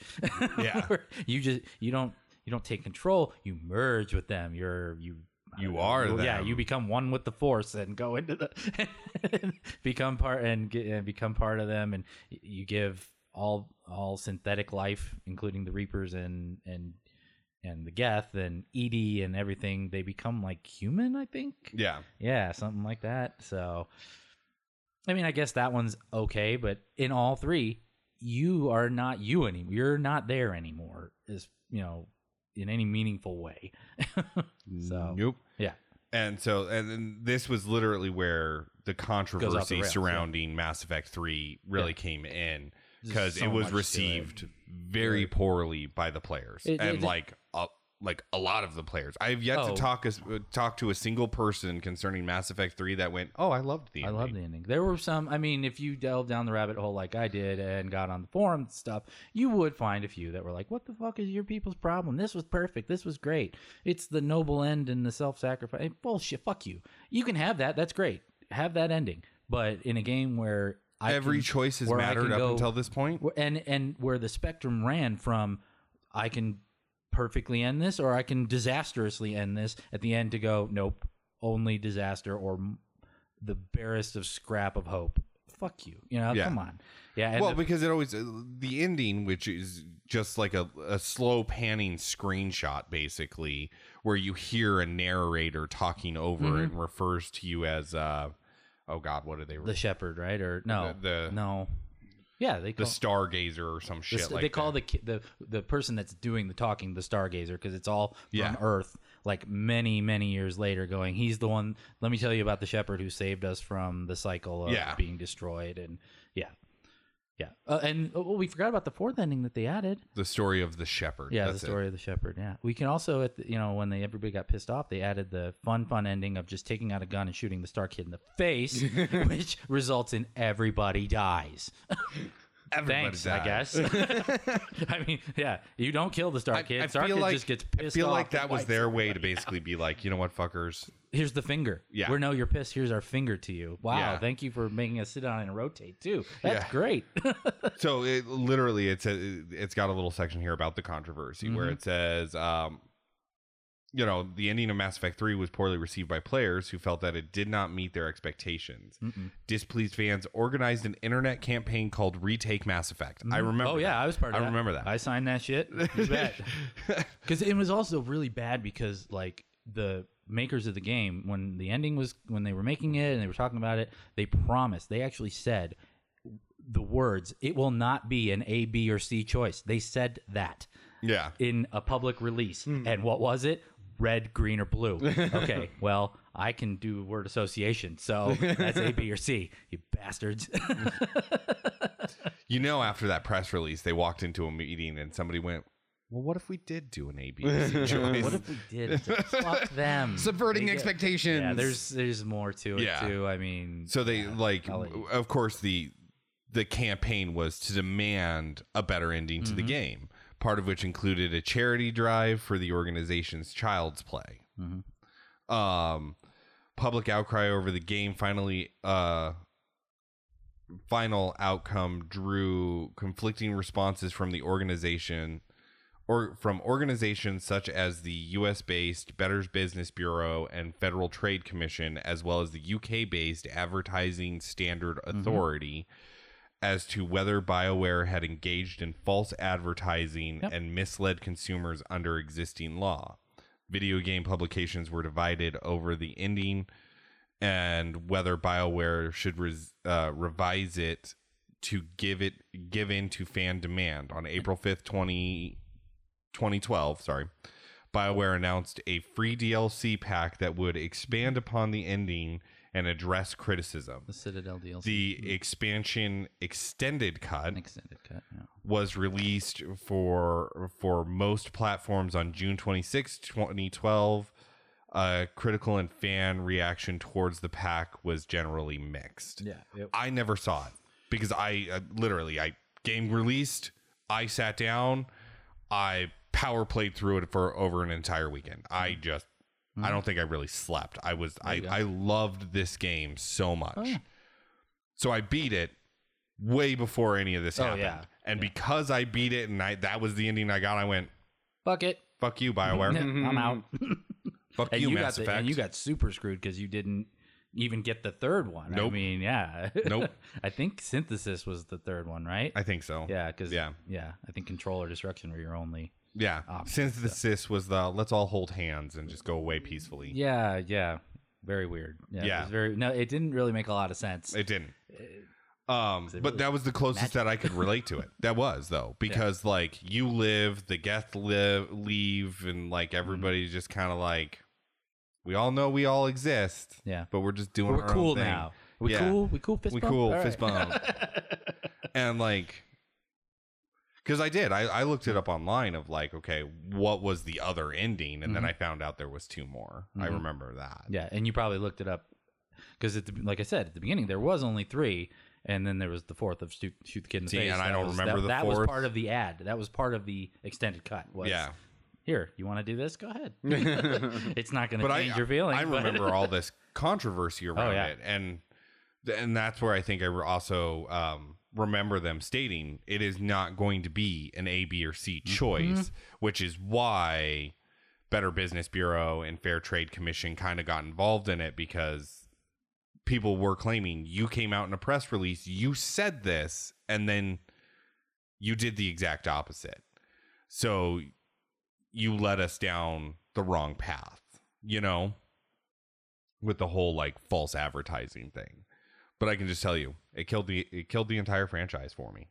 S2: Yeah.
S3: Where you just you don't you don't take control. You merge with them. You're you. I
S2: You
S3: don't know,
S2: are
S3: you- Yeah,
S2: them.
S3: you become one with the force and go into the and become part and, get, and become part of them, and y- you give all all synthetic life, including the Reapers and and and the Geth and Edie and everything. They become like human, I think.
S2: Yeah.
S3: Yeah, something like that. So, I mean, I guess that one's okay, but in all three, you are not you anymore. You're not there anymore, is, you know, in any meaningful way. so,
S2: Nope.
S3: yeah.
S2: And so, and then this was literally where the controversy
S3: rails, yeah.
S2: surrounding Mass Effect 3 really
S3: Yeah.
S2: came in
S3: There's
S2: because
S3: so
S2: it
S3: much
S2: was
S3: to it.
S2: received very
S3: Right.
S2: poorly by the players
S3: It-
S2: and
S3: it-
S2: like a, like a lot of the players. I've yet
S3: Oh.
S2: to talk as, uh, talk to a single person concerning Mass Effect 3 that went, "Oh, I loved the
S3: I
S2: ending."
S3: love the ending. There were some, I mean, if you delve down the rabbit hole like I did and got on the forum and stuff, you would find a few that were like, what the fuck is your people's problem? This was perfect. This was great. It's the noble end and the self sacrifice. bullshit. Fuck you. You can have that. That's great. Have that ending. But in a game where I
S2: Every
S3: can-
S2: choice has
S3: where I
S2: mattered
S3: can
S2: up
S3: go-
S2: until this point.
S3: where- and and where the spectrum ran from I can perfectly end this or I can disastrously end this at the end to go nope only disaster or m- the barest of scrap of hope fuck you you know
S2: Yeah.
S3: come on yeah and
S2: well,
S3: the-
S2: because it always uh, the ending, which is just like a, a slow panning screenshot, basically, where you hear a narrator talking over
S3: Mm-hmm.
S2: it and refers to you as, uh, oh God, what are they?
S3: the shepherd right or no
S2: The- the-
S3: no yeah they
S2: the
S3: call,
S2: stargazer or some
S3: the
S2: shit
S3: st-
S2: like
S3: they call
S2: that.
S3: the ki- the the person that's doing the talking the stargazer because it's all from
S2: Yeah.
S3: Earth. Like many many years later, going he's the one. Let me tell you about the shepherd who saved us from the cycle of
S2: Yeah.
S3: being destroyed and yeah, yeah. Uh, and oh, we forgot about the fourth ending that they added.
S2: the story of the shepherd.
S3: Yeah,
S2: That's
S3: the
S2: it.
S3: story of the shepherd. Yeah, we can also at the, you know when they everybody got pissed off, they added the fun fun ending of just taking out a gun and shooting the star kid in the face, which results in everybody dies.
S2: Everybody
S3: Thanks, I
S2: died.
S3: guess. I mean, yeah, you don't kill the Star
S2: I,
S3: Kid.
S2: I
S3: Star
S2: feel
S3: Kid
S2: like
S3: just gets
S2: I
S3: pissed
S2: feel
S3: off
S2: like
S3: and
S2: that was
S3: wipes
S2: their
S3: it.
S2: way to basically be like, you know what, fuckers,
S3: Here's the finger.
S2: Yeah.
S3: we know you're pissed. Here's our finger to you. Wow,
S2: Yeah.
S3: thank you for making us sit down and rotate too. That's
S2: Yeah.
S3: great.
S2: so it literally it's a, it's got a little section here about the controversy where
S3: Mm-hmm.
S2: it says um you know the ending of mass effect 3 was poorly received by players who felt that it did not meet their expectations displeased fans organized an internet campaign called retake mass effect i remember
S3: oh yeah,
S2: that.
S3: I was part of
S2: I
S3: that.
S2: remember that.
S3: I signed that shit. Because it was also really bad because like the makers of the game, when the ending was when they were making it and they were talking about it, they promised. They actually said the words, "It will not be an A, B, or C choice." They said that.
S2: yeah
S3: in a public release.
S2: Hmm.
S3: And what was it? Red, green, or blue. Okay, well, I can do word association. So that's A, B, or C, you bastards.
S2: you know after that press release they walked into a meeting and somebody went well what if we did do an abc choice
S3: what if we did? Fuck them.
S1: Subverting
S3: They get-
S1: expectations.
S3: Yeah, there's there's more to it
S2: Yeah.
S3: too. I mean,
S2: So they like,
S3: I'll let
S2: w- of course, the the campaign was to demand a better ending
S3: Mm-hmm.
S2: to the game. Part of which included a charity drive for the organization's Child's Play.
S3: Mm-hmm.
S2: Um, public outcry over the game finally. Uh, final outcome drew conflicting responses from the organization or from organizations such as the US based Better Business Bureau and Federal Trade Commission, as well as the UK based Advertising Standard Authority, as to whether BioWare had engaged in false advertising and misled consumers under existing law. Video game publications were divided over the ending and whether BioWare should res- uh, revise it to give it give in to fan demand on April 5th 20 2012, sorry, BioWare announced a free DLC pack that would expand upon the ending and address criticism.
S3: The Citadel DLC.
S2: The expansion extended cut
S3: extended cut. Yeah.
S2: was released for for most platforms on June 26, 2012. Uh, critical and fan reaction towards the pack was generally mixed.
S3: Yeah.
S2: I never saw it because I uh, literally I game released, I sat down, I power played through it for over an entire weekend. I
S3: Mm-hmm.
S2: just I don't think I really slept. I was I I loved this game so much.
S3: Oh,
S2: So I beat it way before any of this
S3: Oh,
S2: happened.
S3: yeah.
S2: And because I beat it and I that was the ending I got, I went,
S3: Fuck it.
S2: fuck you, BioWare.
S3: I'm out.
S2: fuck
S3: And
S2: Mm-hmm. you,
S3: you, got
S2: Mass
S3: the,
S2: Effect.
S3: and you got super screwed because you didn't even get the third one. I
S2: Nope.
S3: mean, yeah.
S2: Nope.
S3: I think Synthesis was the third one, right?
S2: I think so.
S3: yeah, because
S2: Yeah.
S3: yeah, I think Control or Destruction were your only.
S2: Yeah.
S3: Option,
S2: Since the sis was the let's all hold hands and just go away peacefully.
S3: Yeah, yeah, very weird. Yeah,
S2: Yeah.
S3: It was very. No, it didn't really make a lot of sense.
S2: It didn't. Um,
S3: Uh, it
S2: but
S3: really
S2: that was the closest that I could relate to it. That was though, because like you live, the Geth live, leave, and
S3: Mm-hmm.
S2: like everybody's just kind of like, we all know we all exist.
S3: Yeah.
S2: but we're just doing.
S3: But we're
S2: our own
S3: cool
S2: thing.
S3: now. We
S2: Yeah.
S3: cool. We cool. Fist
S2: we
S3: bump?
S2: cool.
S3: All
S2: Fist
S3: right.
S2: bump. and like, because I did, I, I looked
S3: Hmm.
S2: it up online of like, okay, what was the other ending, and then I found out there was two more. I
S3: Mhm.
S2: remember that.
S3: Mm-hmm. Yeah, and you probably looked it up because, like I said at the beginning, there was only three, and then there was the fourth of shoot, shoot the kid in the
S2: See,
S3: face.
S2: and I don't
S3: was,
S2: remember
S3: that,
S2: the
S3: that was
S2: fourth.
S3: part of the ad. That was part of the extended cut. Was,
S2: Yeah.
S3: here you want to do this? Go ahead. it's not going to
S2: but
S3: change
S2: I,
S3: your feelings.
S2: I
S3: but-
S2: remember all this controversy around
S3: yeah.
S2: it, and th- and that's where I think I re- also um, remember them stating it is not going to be an A, B, or C choice, which is why Better Business Bureau and Fair Trade Commission kind of got involved in it because people were claiming you came out in a press release, you said this, and then you did the exact opposite. So you led us down the wrong path, you know, with the whole like false advertising thing. But I can just tell you, it killed the it killed the entire franchise for me.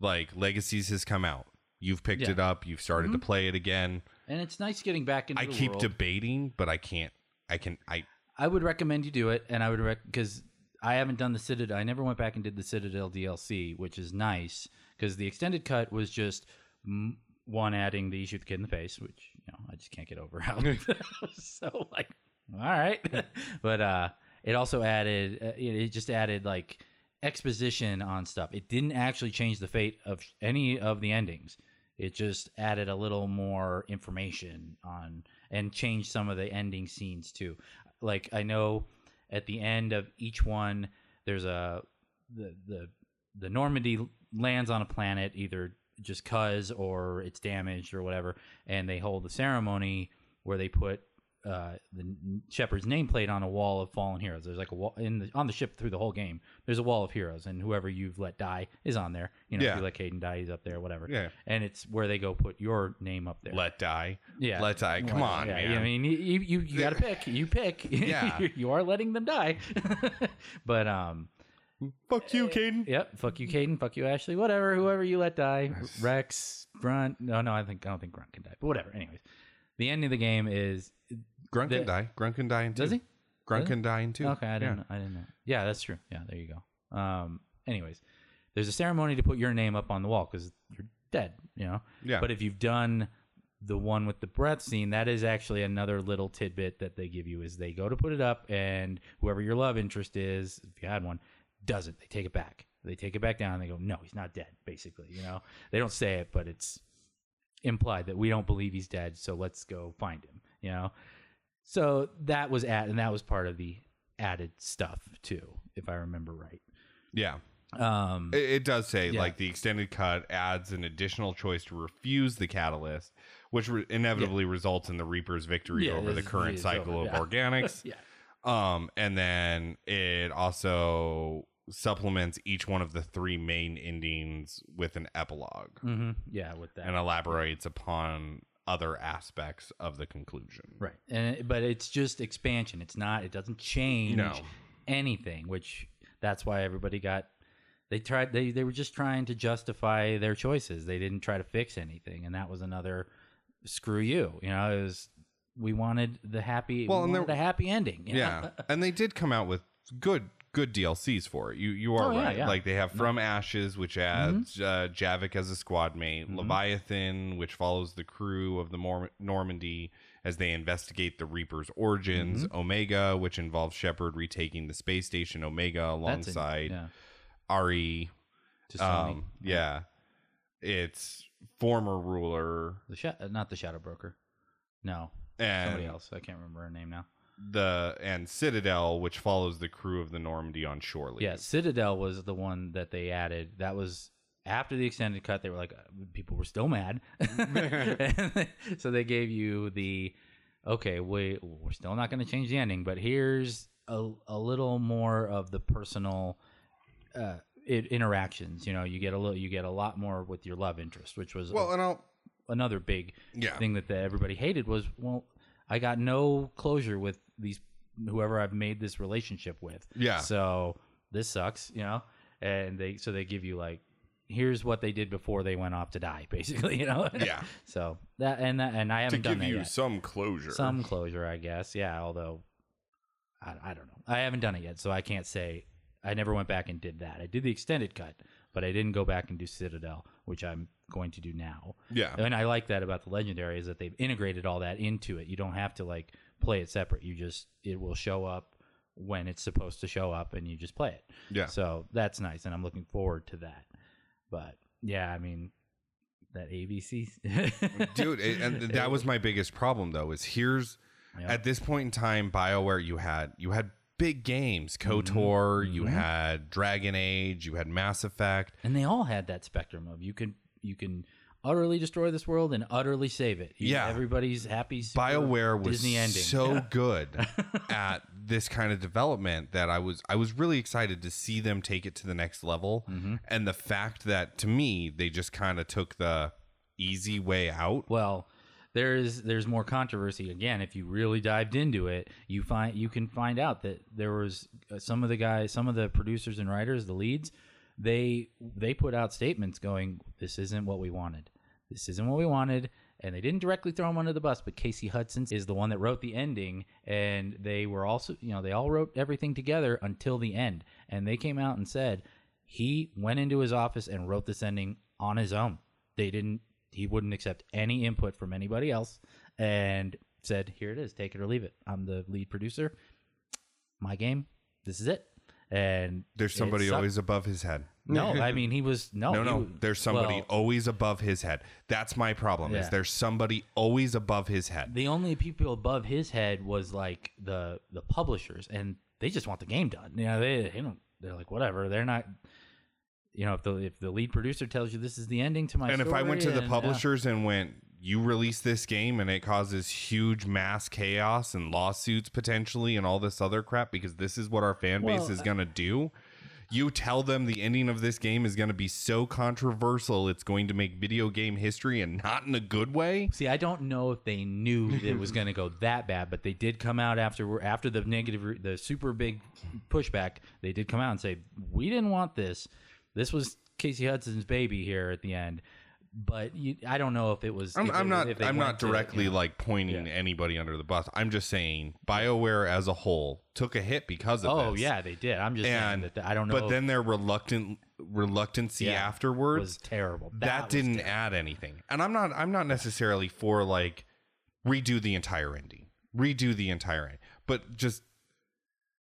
S2: Like Legacies has come out. You've picked
S3: Yeah.
S2: it up, you've started to play it again.
S3: and it's nice getting back into.
S2: I
S3: the
S2: keep
S3: world.
S2: debating, but I can't I can I
S3: I would recommend you do it, and I would rec because I haven't done the Citadel. I never went back and did the Citadel DLC, which is nice because the extended cut was just mm, one adding the shoot the kid in the face, which you know I just can't get over how so like all right, but uh, it also added uh, it, it just added like exposition on stuff. It didn't actually change the fate of any of the endings. It just added a little more information on and changed some of the ending scenes too. Like I know at the end of each one, there's a the the the Normandy lands on a planet either just cuz or it's damaged or whatever, and they hold a ceremony where they put uh, the n- shepherd's nameplate on a wall of fallen heroes. There's like a wall in the, on the ship through the whole game. There's a wall of heroes, and whoever you've let die is on there. You know,
S2: Yeah.
S3: if you let Caden die, he's up there, whatever.
S2: Yeah.
S3: And it's where they go put your name up there.
S2: let die.
S3: yeah.
S2: Let die. Come
S3: Well,
S2: on,
S3: yeah,
S2: man.
S3: yeah, I mean, you you, you got to pick. You pick.
S2: Yeah.
S3: you are letting them die. but um,
S2: Fuck you, Caden.
S3: yep. Fuck you, Caden. Fuck you, Ashley. Whatever. Whoever you let die. Rex, Grunt. No, no. I think I don't think Grunt can die. But whatever. Anyways, the end of the game is
S2: Grunt
S3: The-
S2: can die. Grunt can die in two.
S3: does he?
S2: Grunt
S3: Really?
S2: can die in two.
S3: Okay, I didn't.
S2: Yeah.
S3: I didn't know. Yeah, that's true. Yeah, there you go. Um. Anyways, there's a ceremony to put your name up on the wall because you're dead. You know.
S2: Yeah.
S3: But if you've done the one with the breath scene, that is actually another little tidbit that they give you is they go to put it up, and whoever your love interest is, if you had one, doesn't. They take it back. They take it back down. and They go, no, he's not dead. Basically, you know. They don't say it, but it's implied that we don't believe he's dead, so let's go find him. You know. So that was at, and that was part of the added stuff too, if I remember right.
S2: Yeah.
S3: Um,
S2: It, it does say
S3: Yeah.
S2: like the extended cut adds an additional choice to refuse the catalyst, which re- inevitably results in the Reaper's victory
S3: Yeah,
S2: over the
S3: this is-
S2: current
S3: it's
S2: cycle
S3: over,
S2: of
S3: yeah.
S2: organics.
S3: Yeah.
S2: Um, and then it also supplements each one of the three main endings with an epilogue
S3: mhm, yeah, with that.
S2: and elaborates upon other aspects of the conclusion.
S3: Right. And it- but it's just expansion. It's not it doesn't change
S2: No.
S3: anything, which that's why everybody got they tried they they were just trying to justify their choices. They didn't try to fix anything and that was another screw you. You know, it was we wanted the happy
S2: Well,
S3: well, we
S2: and there-
S3: wanted a happy ending. you know?
S2: yeah and they did come out with good good dlcs for it you you are
S3: Oh, yeah,
S2: right
S3: yeah. Mm-hmm.
S2: like they have from ashes which adds uh, javik as a squad mate leviathan which follows the crew of the Mor- normandy as they investigate the reaper's origins
S3: Mm-hmm.
S2: omega which involves shepard retaking the space station omega
S3: That's in-
S2: alongside
S3: yeah,
S2: ari
S3: to Sony.
S2: um yeah it's former ruler
S3: the sha- uh, not the shadow broker. No,
S2: and
S3: somebody else. I can't remember her name now.
S2: the and citadel which follows the crew of the normandy on shore leave
S3: Yeah, Citadel was the one that they added. That was after the extended cut. They were like, uh, people were still mad, And so they gave you the okay. We we're still not going to change the ending, but here's a a little more of the personal uh, it, interactions. You know, you get a little, you get a lot more with your love interest, which was
S2: well uh, and i'll
S3: another big
S2: Yeah.
S3: thing that the, everybody hated was well, I got no closure with these whoever I've made this relationship with.
S2: Yeah.
S3: So this sucks, you know. And they so they give you like here's what they did before they went off to die, basically, you know.
S2: Yeah.
S3: so that and that and I
S2: to
S3: haven't done
S2: give
S3: that
S2: you
S3: yet.
S2: some closure.
S3: Some closure, I guess. Yeah. Although I, I don't know. I haven't done it yet, so I can't say. I never went back and did that. I did the extended cut, but I didn't go back and do Citadel, which I'm going to do now.
S2: yeah,
S3: And I like that about the legendary is that they've integrated all that into it. You don't have to like play it separate. You just it will show up when it's supposed to show up, and you just play it.
S2: yeah.
S3: So that's nice, and I'm looking forward to that. But yeah, I mean that ABC,
S2: Dude, it, and th- that was my biggest problem though. Is here's
S3: Yeah.
S2: at this point in time, Bioware, you had you had big games,
S3: Mm-hmm.
S2: KOTOR, you had Dragon Age, you had Mass Effect.
S3: and they all had that spectrum of you can you can utterly destroy this world and utterly save it. You-
S2: Yeah.
S3: everybody's happy. super
S2: Bioware was
S3: Disney ending.
S2: so good at this kind of development that I was I was really excited to see them take it to the next level.
S3: Mm-hmm.
S2: And the fact that to me they just kind of took the easy way out
S3: Well, there is there's more controversy again. If you really dived into it, you find you can find out that there was uh, some of the guys, some of the producers and writers, the leads, they they put out statements going, "This isn't what we wanted. This isn't what we wanted." And they didn't directly throw him under the bus, but Casey Hudson is the one that wrote the ending, and they were also, you know, they all wrote everything together until the end, and they came out and said he went into his office and wrote this ending on his own. They didn't he wouldn't accept any input from anybody else and said, Here it is, take it or leave it. I'm the lead producer. My game. This is it. And
S2: There's
S3: it
S2: somebody
S3: sucked.
S2: always above his head.
S3: No, I mean he was no
S2: No,
S3: he
S2: no.
S3: was-
S2: There's somebody
S3: Oh, well,
S2: always above his head. That's my problem. Is
S3: Yeah.
S2: there's somebody always above his head?
S3: the only people above his head was like the the publishers and they just want the game done. You know, they, they don't they're like whatever. They're not you know, if the if the lead producer tells you this is the ending to my
S2: and if I went to
S3: story
S2: the
S3: and- uh,
S2: publishers and went, "You release this game and it causes huge mass chaos and lawsuits potentially and all this other crap because this is what our fan base
S3: Well, uh,
S2: is gonna do." You tell them the ending of this game is going to be so controversial, it's going to make video game history and not in a good way.
S3: See, I don't know if they knew that it was going to go that bad, but they did come out after after the negative, re- the super big pushback. They did come out and say we didn't want this. This was Casey Hudson's baby here at the end. But you, I don't know if it was.
S2: I'm,
S3: if it
S2: I'm
S3: was- if
S2: not.
S3: they
S2: I'm
S3: went
S2: not
S3: to, you
S2: directly
S3: know.
S2: like pointing anybody under the bus. I'm just saying Bioware as a whole took a hit because of
S3: Oh
S2: this.
S3: yeah, they did. I'm just saying
S2: and
S3: that the- I don't know.
S2: But
S3: if
S2: then their reluctant reluctancy
S3: Yeah, it
S2: afterwards
S3: was terrible.
S2: that,
S3: was
S2: didn't add anything. And I'm not. I'm not necessarily for like redo the entire ending, redo the entire ending, but just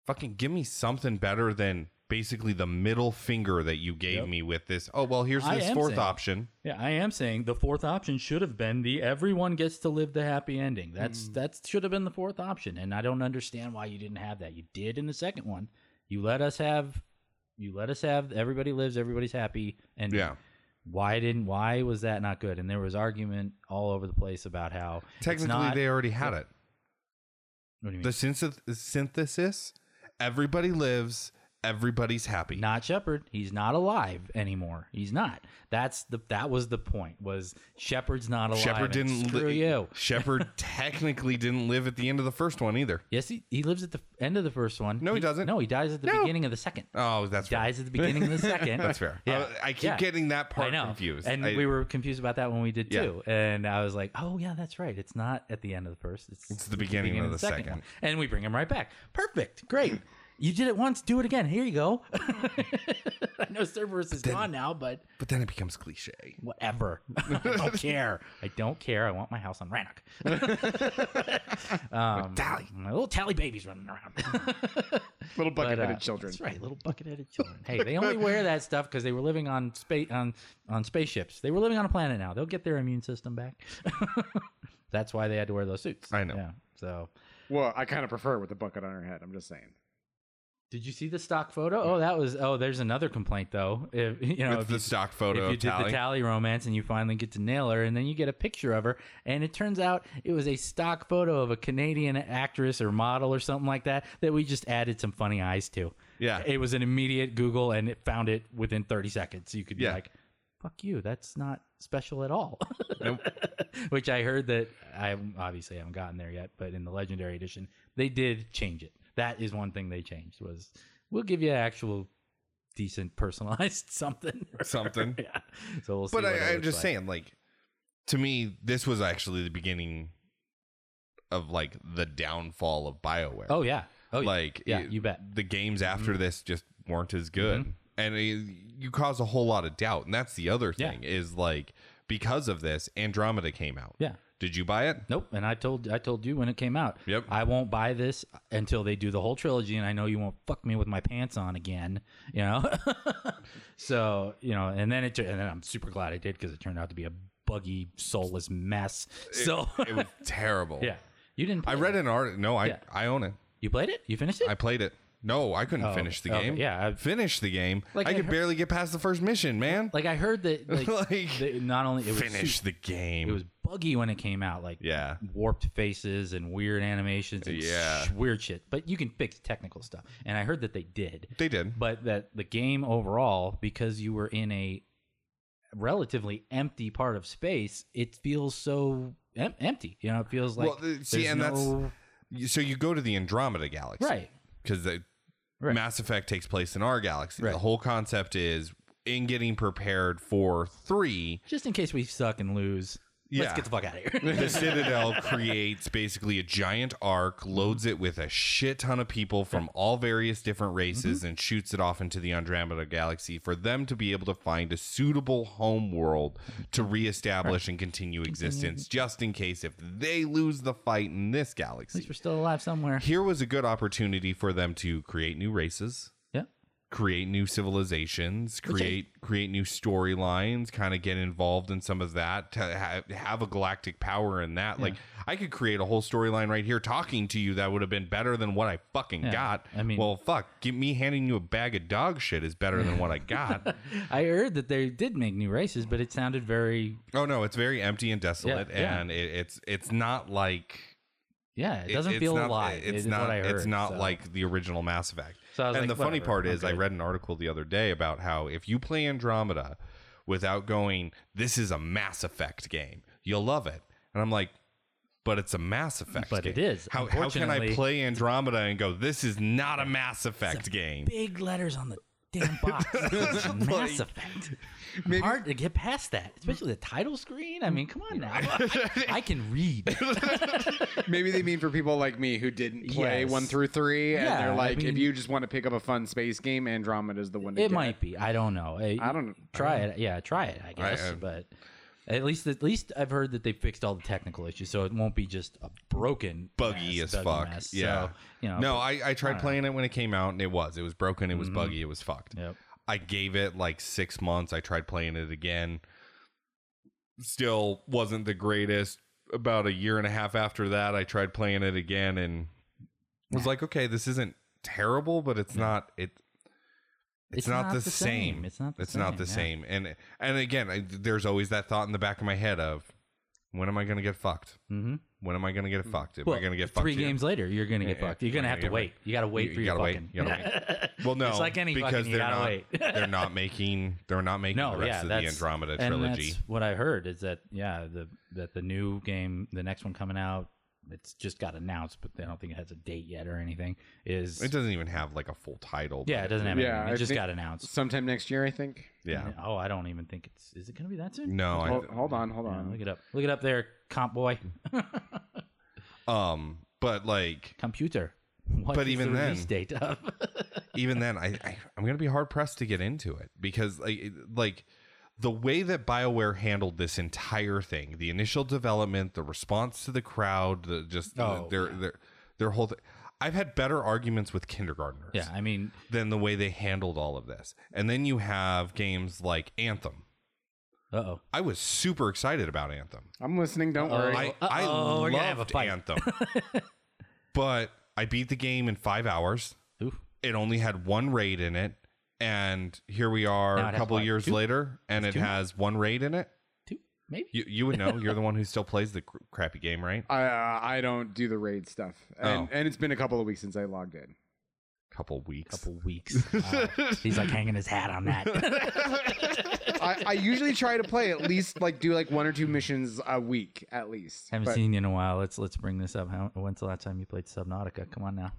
S2: fucking give me something better than basically the middle finger that you gave me with this. Oh well, here's
S3: I
S2: this
S3: am
S2: fourth
S3: saying-
S2: option.
S3: Yeah, I am saying the fourth option should have been the everyone gets to live the happy ending.
S2: Hmm.
S3: That's that should have been the fourth option, and I don't understand why you didn't have that. You did in the second one. You let us have, you let us have everybody lives, everybody's happy, and
S2: Yeah.
S3: Why didn't? Why was that not good? And there was argument all over the place about how it's
S2: Technically,
S3: not-
S2: they already had it.
S3: What do you mean?
S2: the synth- synthesis everybody lives everybody's happy.
S3: Not Shepard. He's not alive anymore. He's not. That's the that was the point. Was Shepard's not alive?
S2: Shepard
S3: and
S2: didn't
S3: Screw
S2: li-
S3: you.
S2: Shepard technically didn't live at the end of the first one either.
S3: Yes, he, he lives at the end of the first one.
S2: No, he doesn't.
S3: No, he dies at the
S2: No.
S3: beginning of the second.
S2: Oh, that's fair.
S3: dies at the beginning of the second.
S2: That's fair. Uh,
S3: Yeah.
S2: I, I keep
S3: Yeah.
S2: getting that part
S3: I know.
S2: confused.
S3: And
S2: I-
S3: we were confused about that when we did
S2: Yeah.
S3: too. And I was like, oh, yeah, that's right. It's not at the end of the first. It's,
S2: the beginning of the second.
S3: one. And we bring him right back. Perfect. Great. You did it once. Do it again. Here you go. I know Cerberus is gone now, but
S2: but then it becomes cliche.
S3: whatever. I don't care. I don't care. I want my house on Rannoch. um,
S2: Tally.
S3: My little tally babies running around.
S1: Little
S3: But, uh,
S1: bucket-headed children.
S3: That's right, little bucket-headed children. Hey, they only wear that stuff because they were living on space on on spaceships. They were living on a planet now. They'll get their immune system back. that's why they had to wear those suits.
S2: I know.
S3: Yeah. So,
S1: Well, I kind of prefer it with the bucket on her head. I'm just saying.
S3: did you see the stock photo? Oh, that was. Oh, there's another complaint though. If you know,
S2: With
S3: if
S2: the
S3: you,
S2: stock photo
S3: if you
S2: of
S3: did the
S2: Tally.
S3: tally romance and you finally get to nail her, and then you get a picture of her, and it turns out it was a stock photo of a Canadian actress or model or something like that that we just added some funny eyes to.
S2: Yeah.
S3: it was an immediate Google, and it found it within 30 seconds. You could
S2: Yeah.
S3: be like, "Fuck you, that's not special at all."
S2: Nope.
S3: Which I heard that I obviously haven't gotten there yet, but in the Legendary Edition, they did change it. That is one thing they changed was we'll give you actual decent personalized something
S2: Something.
S3: yeah. So we'll see.
S2: but
S3: what it
S2: I, I'm
S3: looks
S2: just
S3: like.
S2: saying, like, to me, this was actually the beginning of like the downfall of Bioware.
S3: Oh yeah. Oh yeah.
S2: like
S3: yeah,
S2: it-
S3: you bet.
S2: the games after
S3: Mm-hmm.
S2: this just weren't as good, and it- you cause a whole lot of doubt. And that's the other
S3: Yeah.
S2: thing is like because of this, Andromeda came out.
S3: Yeah.
S2: Did you buy it?
S3: Nope. And I told I told you when it came out.
S2: Yep.
S3: I won't buy this until they do the whole trilogy, and I know you won't fuck me with my pants on again. You know. so you know, and then it tur- and then I'm super glad I did because it turned out to be a buggy, soulless mess. So
S2: It was terrible.
S3: yeah, you didn't.
S2: I
S3: play
S2: read
S3: it.
S2: an art. No, I
S3: Yeah.
S2: I own it.
S3: You played it. You finished it.
S2: I played it. No, I couldn't
S3: Oh,
S2: finish the
S3: okay,
S2: game.
S3: yeah, I-
S2: finish the game.
S3: Like,
S2: I,
S3: I
S2: could
S3: heard-
S2: barely get past the first mission, man.
S3: like I heard that like,
S2: Like,
S3: that not only it was
S2: finish
S3: su-
S2: the game.
S3: it was buggy when it came out. Like
S2: yeah.
S3: warped faces and weird animations and
S2: Yeah.
S3: sh- weird shit. But you can fix technical stuff. And I heard that they did.
S2: They did.
S3: But that the game overall, because you were in a relatively empty part of space, it feels so em- empty. You know, it feels like
S2: Well, the- see,
S3: there's
S2: and that's-
S3: no-
S2: You- So you go to the Andromeda galaxy.
S3: right.
S2: Because the
S3: Right.
S2: Mass Effect takes place in our galaxy.
S3: Right.
S2: The whole concept is in getting prepared for three.
S3: Just in case we suck and lose,
S2: Yeah.
S3: let's get the fuck out of here.
S2: The Citadel creates basically a giant arc,
S3: Mm-hmm.
S2: loads it with a shit ton of people from all various different
S3: Mm-hmm.
S2: races, and shoots it off into the Andromeda Galaxy for them to be able to find a suitable home world to reestablish and continue existence, just in case if they lose the fight in this
S3: At least
S2: galaxy.
S3: we're still alive somewhere.
S2: Here was a good opportunity for them to create new races,
S3: Yeah.
S2: create new civilizations, create create new storylines, kind of get involved in some of that, to ha- have a galactic power in that. Like I could create a whole storyline right here talking to you that would have been better than what I fucking got.
S3: I mean-
S2: well, fuck, give me handing you a bag of dog shit is better than what I got.
S3: I heard that they did make new races, but it sounded very
S2: oh no, it's very empty and desolate,
S3: Yeah, yeah.
S2: and It, it's it's not like.
S3: yeah, it doesn't
S2: it's
S3: feel
S2: not-
S3: alive.
S2: It's
S3: is
S2: not.
S3: What I heard,
S2: it's not
S3: so.
S2: like the original Mass Effect.
S3: So I was
S2: and
S3: like,
S2: the funny
S3: whatever,
S2: part
S3: I'm
S2: is, I
S3: good.
S2: read an article the other day about how if you play Andromeda without going, this is a Mass Effect game, you'll love it. And I'm like, but it's a Mass Effect.
S3: But
S2: game.
S3: it is.
S2: How, how can I
S3: Unfortunately-
S2: play Andromeda and go, this is not a Mass Effect game?
S3: big letters on the damn box. It's Mass Effect. Hard to get past that, especially the title screen. I mean, come on now. I, I can read.
S1: Maybe they mean for people like me who didn't play
S3: Yes.
S1: one through three, and
S3: Yeah,
S1: they're
S3: I
S1: like, if
S3: mean-
S1: you just want to pick up a fun space game, Andromeda is the one. To
S3: It
S1: get.
S3: might be. I don't know. I,
S1: I don't-
S3: try it. Yeah, try it. I guess,
S2: I- uh,
S3: but. At least, at least I've heard that they fixed all the technical issues, so it won't be just a broken,
S2: Buggy
S3: mess,
S2: as
S3: buggy
S2: fuck.
S3: mess.
S2: Yeah.
S3: so, you know.
S2: no, I, I tried playing it when it came out and it was. It was broken.
S3: Mm-hmm.
S2: It was buggy. It was fucked.
S3: Yep.
S2: I gave it like six months. I tried playing it again. Still wasn't the greatest. About a year and a half after that, I tried playing it again and was like, okay, this isn't terrible, but it's not it. It's, not, the, same.
S3: It's not the
S2: it's not the
S3: same,
S2: same. And and again, I, there's always that thought in the back of my head of when am I going to get fucked?
S3: Mm-hmm.
S2: When am I going to get fucked? Am I going to get fucked?
S3: three
S2: here?
S3: games later, you're gonna get
S2: Yeah, yeah.
S3: fucked. You're gonna
S2: We're
S3: have
S2: gonna
S3: to
S2: get
S3: wait. You gotta wait
S2: You-
S3: for
S2: you
S3: your
S2: gotta wait.
S3: fucking.
S2: You gotta
S3: wait.
S2: Well, no,
S3: it's like any
S2: because
S3: fucking. You
S2: they're
S3: gotta
S2: not
S3: wait.
S2: they're not making they're not making
S3: no,
S2: the rest
S3: yeah,
S2: of
S3: that's
S2: the Andromeda
S3: and
S2: trilogy.
S3: That's what I heard is that yeah, the that the new game, the next one coming out, it's just got announced, but I don't think it has a date yet or anything. Is
S2: It doesn't even have like a full title.
S3: yeah,
S2: but-
S3: it doesn't have
S1: Yeah,
S3: anything. It
S1: I
S3: just
S1: think-
S3: got announced.
S1: Sometime next year, I think.
S2: Yeah.
S3: Oh, I don't even think it's. Is it gonna be that soon?
S2: No, I,
S1: Hold, hold on, hold
S3: Yeah, look
S1: on.
S3: it up. Look it up there, comp boy,
S2: Um, but like
S3: computer. What
S2: But
S3: is
S2: even
S3: the
S2: then-
S3: release date of?
S2: even then, I, I I'm gonna be hard pressed to get into it because like it- like the way that Bioware handled this entire thing, the initial development, the response to the crowd, the just
S3: Oh,
S2: their their their whole thing. I've had better arguments with kindergartners
S3: yeah, I mean,
S2: than the way they handled all of this. And then you have games like Anthem.
S3: uh oh.
S2: I was super excited about Anthem.
S1: I'm listening. Don't worry.
S2: I, I
S3: Uh-oh,
S2: loved
S3: we're gonna have a fight.
S2: Anthem. but I beat the game in five hours.
S3: Oof.
S2: It only had one raid in it. And here we are
S3: Now it
S2: a
S3: has
S2: couple
S3: what,
S2: years
S3: two?
S2: later, and it
S3: two?
S2: has one raid in it.
S3: Two, maybe.
S2: You, you would know. You're the one who still plays the cr- crappy game, right?
S1: I, uh, I don't do the raid stuff, and,
S2: Oh.
S1: and it's been a couple of weeks since I logged in.
S2: Couple weeks.
S3: couple weeks. Wow. He's like hanging his hat on that.
S1: I, I usually try to play at least like do like one or two missions a week at least.
S3: Haven't
S1: But,
S3: seen you in a while. Let's let's bring this up. How, when's the last time you played Subnautica? Come on now.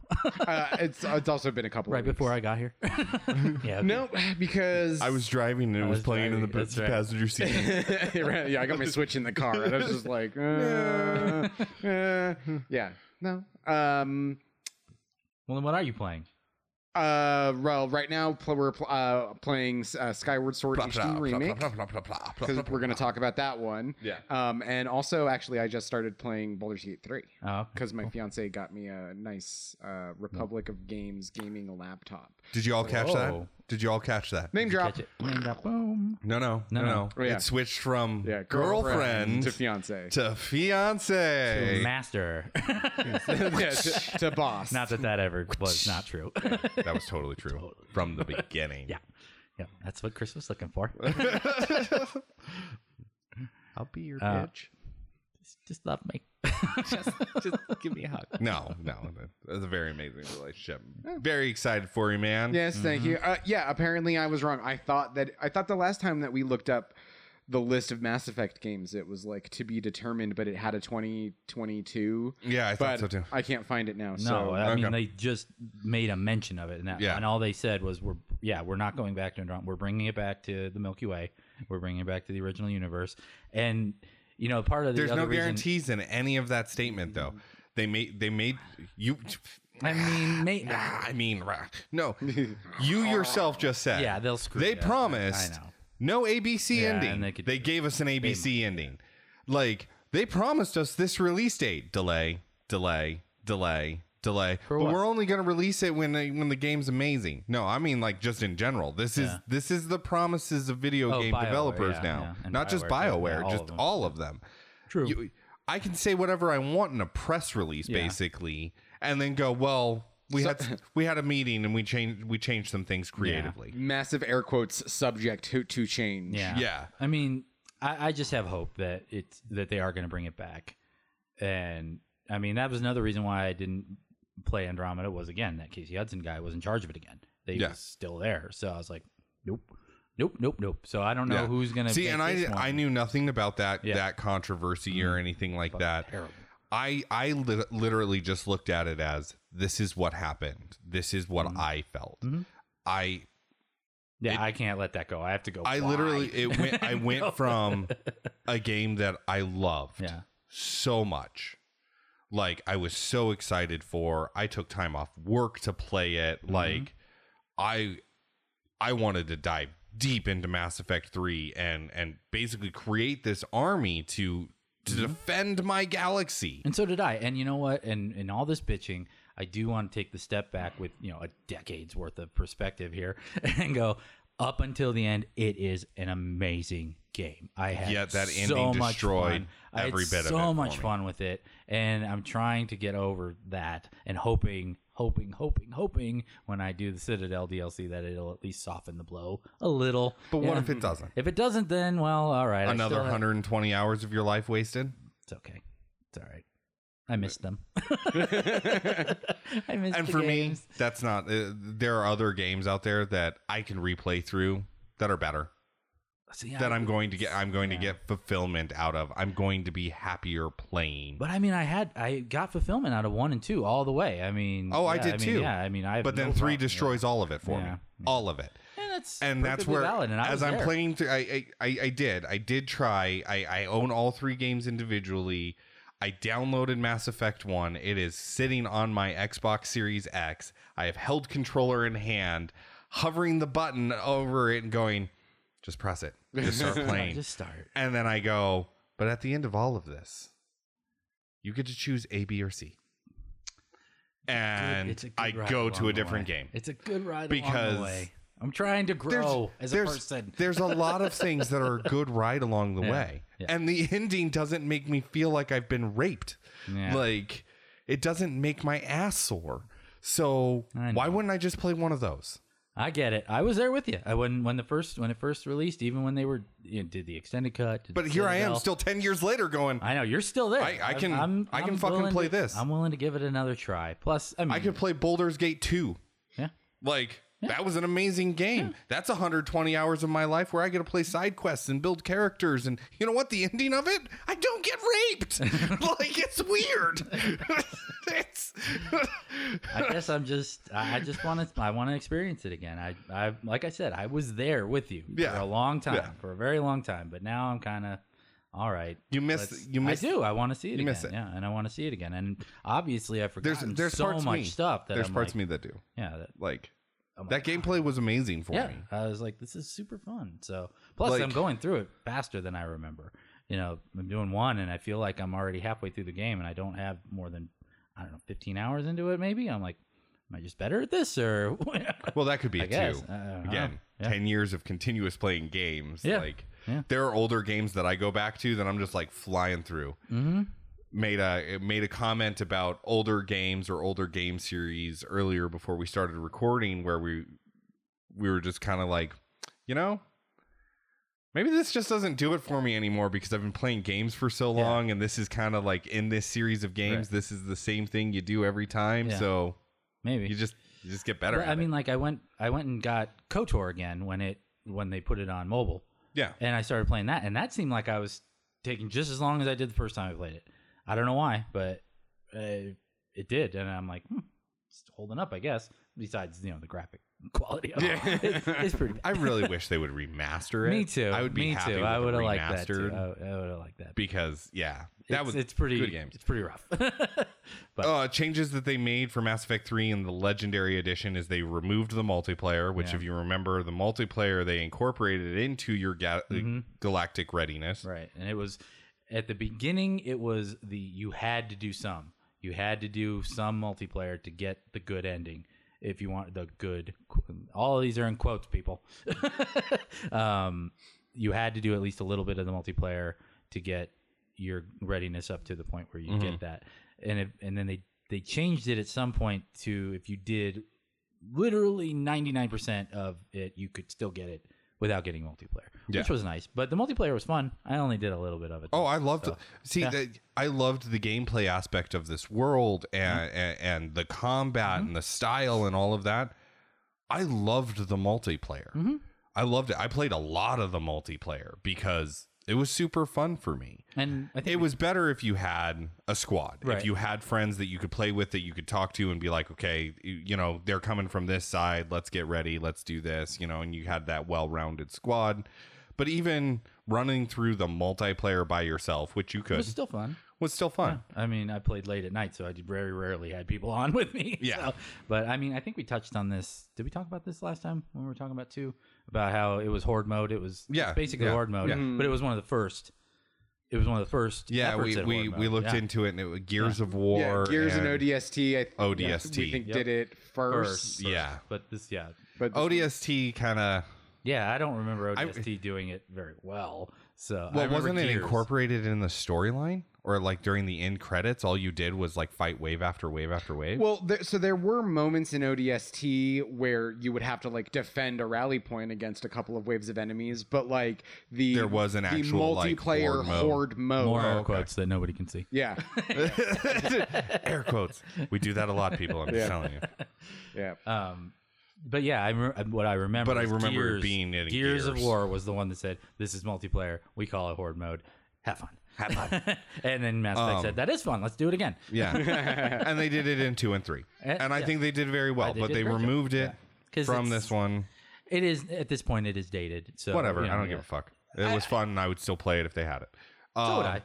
S1: uh, it's it's also been a couple
S3: right
S1: of weeks.
S3: before I got here. yeah. okay.
S1: no because
S2: I was driving and it was,
S3: was
S2: playing in the
S3: driving,
S2: pa-
S3: that's right.
S2: passenger seat.
S1: Right, yeah I got my switch in the car and I was just like uh, uh, yeah no um
S3: Well, then what are you playing?
S1: uh well right now pl- we're pl- uh, playing uh, Skyward Sword HD remake because we're gonna talk about that one
S2: Yeah.
S1: um and also actually I just started playing Baldur's Gate three.
S3: Oh, okay.
S1: because my fiance got me a nice uh, Republic of Games gaming laptop.
S2: Did you all catch that?
S3: Whoa.
S2: Did you all catch that?
S1: Name drop.
S3: catch it. And, uh, boom.
S2: No, no, no,
S3: No,
S2: no.
S3: no.
S1: Oh, yeah.
S2: It switched from
S1: Yeah,
S2: girlfriend,
S1: to fiance.
S2: to fiance.
S3: Master.
S1: yeah, to, to boss.
S3: not that that ever was not true.
S2: that was totally true from the beginning.
S3: yeah. Yeah. That's what Chris was looking for.
S2: I'll be your
S3: Uh,
S2: bitch.
S3: just, just love me.
S2: Just give me a hug. No, no, that's a very amazing relationship. Very excited for you, man.
S1: yes, thank you. Uh, yeah, apparently I was wrong. I thought that I thought the last time that we looked up the list of Mass Effect games, it was like to be determined, but it had a 2022.
S2: Yeah, Mm, I thought
S1: But
S2: so too.
S1: I can't find it now.
S3: No,
S1: so
S3: I mean
S2: okay.
S3: they just made a mention of it, and, that,
S2: Yeah.
S3: and all they said was, "We're yeah, we're not going back to Andromeda. We're bringing it back to the Milky Way. We're bringing it back to the original universe." And you know, part of the
S2: There's
S3: other
S2: no
S3: reason-
S2: guarantees in any of that statement, though. They made they made you.
S3: I mean, may,
S2: I mean, rah. no, you yourself just said.
S3: yeah, they'll screw.
S2: They
S3: you up.
S2: promised
S3: I
S2: no
S3: know.
S2: ABC
S3: Yeah,
S2: ending.
S3: and
S2: They,
S3: they could-
S2: gave us an ABC ending. Like they promised us this release date. Delay, delay, delay, delay. but
S3: what?
S2: we're only going to release it when they, when the game's amazing. No, I mean like just in general. This is this is the promises of video
S3: Oh,
S2: game
S3: BioWare,
S2: developers
S3: yeah,
S2: now.
S3: yeah. And
S2: Not just
S3: BioWare,
S2: BioWare,
S3: yeah, all
S2: just
S3: of them.
S2: all of them.
S3: True.
S2: You- I can say whatever I want in a press release
S3: Yeah.
S2: basically and then go, well, we had we had a meeting and we changed we changed some things creatively.
S1: massive air quotes subject to, to change.
S3: yeah,
S2: yeah.
S3: I mean, I, I just have hope that it's that they are going to bring it back. And I mean, that was another reason why I didn't play Andromeda was again that Casey Hudson guy was in charge of it again. They
S2: Yeah.
S3: was still there, so I was like, nope, nope, nope, nope. So I don't know
S2: Yeah.
S3: who's going to
S2: see and i i knew nothing about that
S3: Yeah. Mm-hmm.
S2: that controversy or anything like that
S3: terrible.
S2: i i li- literally just looked at it as this is what happened this is what i felt
S3: Mhm.
S2: i
S3: Yeah, I can't let that go. I have to go.
S2: i
S3: why?
S2: literally it went i
S3: No.
S2: went from a game that i loved
S3: yeah,
S2: so much like i was so excited for i took time off work to play it like i i wanted to dive deep into mass effect 3 and and basically create this army to to defend my galaxy
S3: and so did I. And you know what? And and all this bitching, I do want to take the step back with you know a decade's worth of perspective here and go up until the end. It is an amazing game. I had
S2: Yet that
S3: so
S2: ending
S3: much
S2: destroyed
S3: fun. I had
S2: every bit of
S3: so
S2: it for
S3: much
S2: me.
S3: fun with it, and I'm trying to get over that and hoping. Hoping, hoping, hoping when I do the Citadel DLC that it'll at least soften the blow a little.
S2: but what
S3: Yeah.
S2: if it doesn't
S3: If it doesn't, then well, all right. I
S2: another
S3: still have-
S2: 120 hours of your life wasted
S3: It's okay. It's all right. I missed them. I missed.
S2: and
S3: the
S2: for
S3: games.
S2: me, that's not. Uh, there are other games out there that I can replay through that are better.
S3: See, I-
S2: That I'm going to get. I'm going
S3: Yeah.
S2: to get fulfillment out of. I'm going to be happier playing.
S3: But I mean, I had I got fulfillment out of one and two all the way. I mean,
S2: Oh, I
S3: yeah,
S2: did
S3: mean,
S2: too.
S3: Yeah, I mean, I. have
S2: But then
S3: no
S2: three
S3: problem with
S2: destroys all of it for
S3: Yeah.
S2: me. All of it.
S3: it. and that's
S2: and that's
S3: perfectly
S2: where
S3: valid, and I
S2: as
S3: was
S2: i'm
S3: there.
S2: playing through I, I i i did i did try i i own all three games individually i downloaded mass effect 1 it is sitting on my xbox series x i have held controller in hand hovering the button over it and going just press it just start
S3: I
S2: playing
S3: just start.
S2: and then i go but at the end of all of this you get to choose a b or c and
S3: It's a good
S2: i
S3: ride
S2: go
S3: along
S2: to
S3: the
S2: a different
S3: way.
S2: game
S3: It's a good ride along
S2: Because
S3: the way. I'm trying to grow as a
S2: there's,
S3: person.
S2: there's a lot of things that are a good ride along the
S3: Yeah,
S2: way.
S3: yeah.
S2: And the ending doesn't make me feel like I've been raped.
S3: Yeah.
S2: Like it doesn't make my ass sore. So
S3: I
S2: why
S3: know.
S2: wouldn't I just play one of those?
S3: I get it. I was there with you. I when when the first when it first released, even when they were you know, did the extended cut. did
S2: But
S3: the
S2: here I am
S3: Citadel.
S2: still 10 years later going I,
S3: I know you're still there.
S2: I- I can- I can fucking
S3: willing
S2: play
S3: to-
S2: this.
S3: I'm willing to give it another try. Plus, I mean,
S2: could play Boulder's Gate 2.
S3: yeah.
S2: Like that was an amazing game. That's 120 hours of my life where I get to play side quests and build characters and you know what the ending of it? I don't get raped. like it's weird. it's
S3: I guess I'm just I I just want to I want to experience it again. I I like I said I was there with you for
S2: Yeah.
S3: a long time
S2: Yeah.
S3: for a very long time, but now I'm kind of all right.
S2: You miss-
S3: let's-
S2: you miss-
S3: I do. I want to see it again.
S2: miss it.
S3: Yeah, and I want to see it again. And obviously I
S2: there's
S3: forgot
S2: there's
S3: so
S2: parts of
S3: much
S2: me.
S3: stuff that
S2: there's
S3: I'm
S2: parts
S3: like,
S2: of me that do
S3: yeah that,
S2: like
S3: my
S2: that gameplay was amazing for
S3: yeah.
S2: me.
S3: I was like this is super fun. So plus
S2: Like-
S3: I'm going through it faster than I remember. You know, I'm doing one and I feel like I'm already halfway through the game and I don't have more than I don't know 15 hours into it maybe. I'm like am I just better at this or
S2: Well, that could be
S3: I
S2: it
S3: guess. Uh,
S2: too.
S3: I- I don't know.
S2: Again,
S3: Yeah.
S2: ten years of continuous playing games.
S3: Yeah.
S2: Like
S3: Yeah.
S2: there are older games that I go back to that I'm just like flying through.
S3: Mhm.
S2: Made a it made a comment about older games or older game series earlier before we started recording, where we we were just kind of like, you know, maybe this just doesn't do it for me anymore because I've been playing games for so
S3: Yeah.
S2: long, and this is kind of like in this series of games,
S3: Right.
S2: this is the same thing you do every time.
S3: Yeah.
S2: So
S3: Maybe.
S2: you just you just get better.
S3: But,
S2: at
S3: I
S2: it.
S3: mean, like I went, I went and got Kotor again when it when they put it on mobile,
S2: yeah.
S3: and I started playing that, and that seemed like I was taking just as long as I did the first time I played it. I don't know why, but uh, it did, and I'm like, hmm, it's holding up, I guess. Besides, you know, the graphic quality of it,
S1: Yeah.
S3: it's, it's pretty.
S2: I really wish they would remaster it.
S3: me too.
S2: I would be
S3: me
S2: happy
S3: too.
S2: with
S3: I
S2: a
S3: would have liked that. Too.
S2: remastered
S3: I, would have liked that.
S2: because yeah, that
S3: it's,
S2: was
S3: it's pretty
S2: good games.
S3: It's pretty rough. but
S2: Uh, changes that they made for Mass Effect 3 in the Legendary Edition is they removed the multiplayer, which,
S3: Yeah.
S2: if you remember, the multiplayer they incorporated into your ga- uh,
S3: Mhm.
S2: galactic readiness.
S3: Right. And it was at the beginning it was the you had to do some. You had to do some multiplayer to get the good ending. If you want the good all of these are in quotes people. um you had to do at least a little bit of the multiplayer to get your readiness up to the point where you get that. And it, and then they they changed it at some point to if you did literally 99% of it you could still get it without getting multiplayer
S2: Yeah.
S3: which was nice but the multiplayer was fun i only did a little bit of it
S2: Oh,
S3: though.
S2: I loved.
S3: So,
S2: see,
S3: yeah.
S2: the, I loved the gameplay aspect of this world
S3: Mm-hmm.
S2: and and, and the combat and the style and all of that. I loved the multiplayer.
S3: Mm-hmm.
S2: I loved it. I played a lot of the multiplayer because it was super fun for me.
S3: and i think
S2: It was better if you had a squad.
S3: Right.
S2: If you had friends that you could play with that you could talk to and be like, okay, you- you know, they're coming from this side. Let's get ready. Let's do this. You know, and you had that well rounded squad. But even running through the multiplayer by yourself, which you
S3: it
S2: could,
S3: was still fun
S2: was still fun.
S3: i mean i played late at night so i did very rarely had people on with me
S2: Yeah.
S3: so- but i mean i think we touched on this did we talk about this last time when we were talking about two about how it was horde mode it was
S2: Yeah,
S3: basically
S2: yeah,
S3: horde mode
S2: yeah.
S3: but it was one of the first it was one of the first
S2: Yeah,
S3: efforts
S2: we,
S3: at
S2: we,
S3: horde
S2: we
S3: mode.
S2: looked
S3: Yeah.
S2: into it and it was Gears of
S1: Yeah,
S2: War.
S1: Gears and, ODST. I th-
S2: ODST.
S1: We think
S3: Yep.
S1: did it first.
S3: first
S2: Yeah.
S3: but this yeah
S1: But
S2: ODST kind of.
S3: Yeah, I don't remember
S2: I-
S3: ODST doing it very well. So I
S2: Well,
S3: remember
S2: wasn't it
S3: Gears.
S2: incorporated in the storyline or like during the end credits? All you did was like fight wave after wave after wave.
S1: Well, there, so there were moments in ODST where you would have to like defend a rally point against a couple of waves of enemies, but like the
S2: There was an
S1: the
S2: actual, like,
S1: multiplayer
S2: horde mode.
S1: horde
S2: Oh,
S1: mode. Oh,
S3: More air quotes that nobody can see.
S1: Yeah,
S2: Air quotes. We do that a lot, people. I'm just telling you.
S1: yeah.
S3: Um, but yeah, I rem- what I remember.
S2: But I
S3: is
S2: remember it
S3: Gears,
S2: being in
S3: Gears of
S2: Gears.
S3: War was the one that said, "This is multiplayer. We call it Horde mode. Have fun."
S2: Have fun.
S3: and then Mass Effect
S2: Um,
S3: said, "That is fun. Let's do it again."
S2: Yeah. and they did it in two and three.
S3: Eh,
S2: And, I
S3: yeah.
S2: think they did very well,
S3: they
S2: but
S3: did a
S2: they
S3: great job.
S2: removed it
S3: 'Cause
S2: from
S3: it's-
S2: this one.
S3: It is at this point. It is dated. So
S2: Whatever.
S3: you know,
S2: I don't
S3: yeah.
S2: give a fuck. It was fun and I would still play it if they had it. Uh,
S3: would I.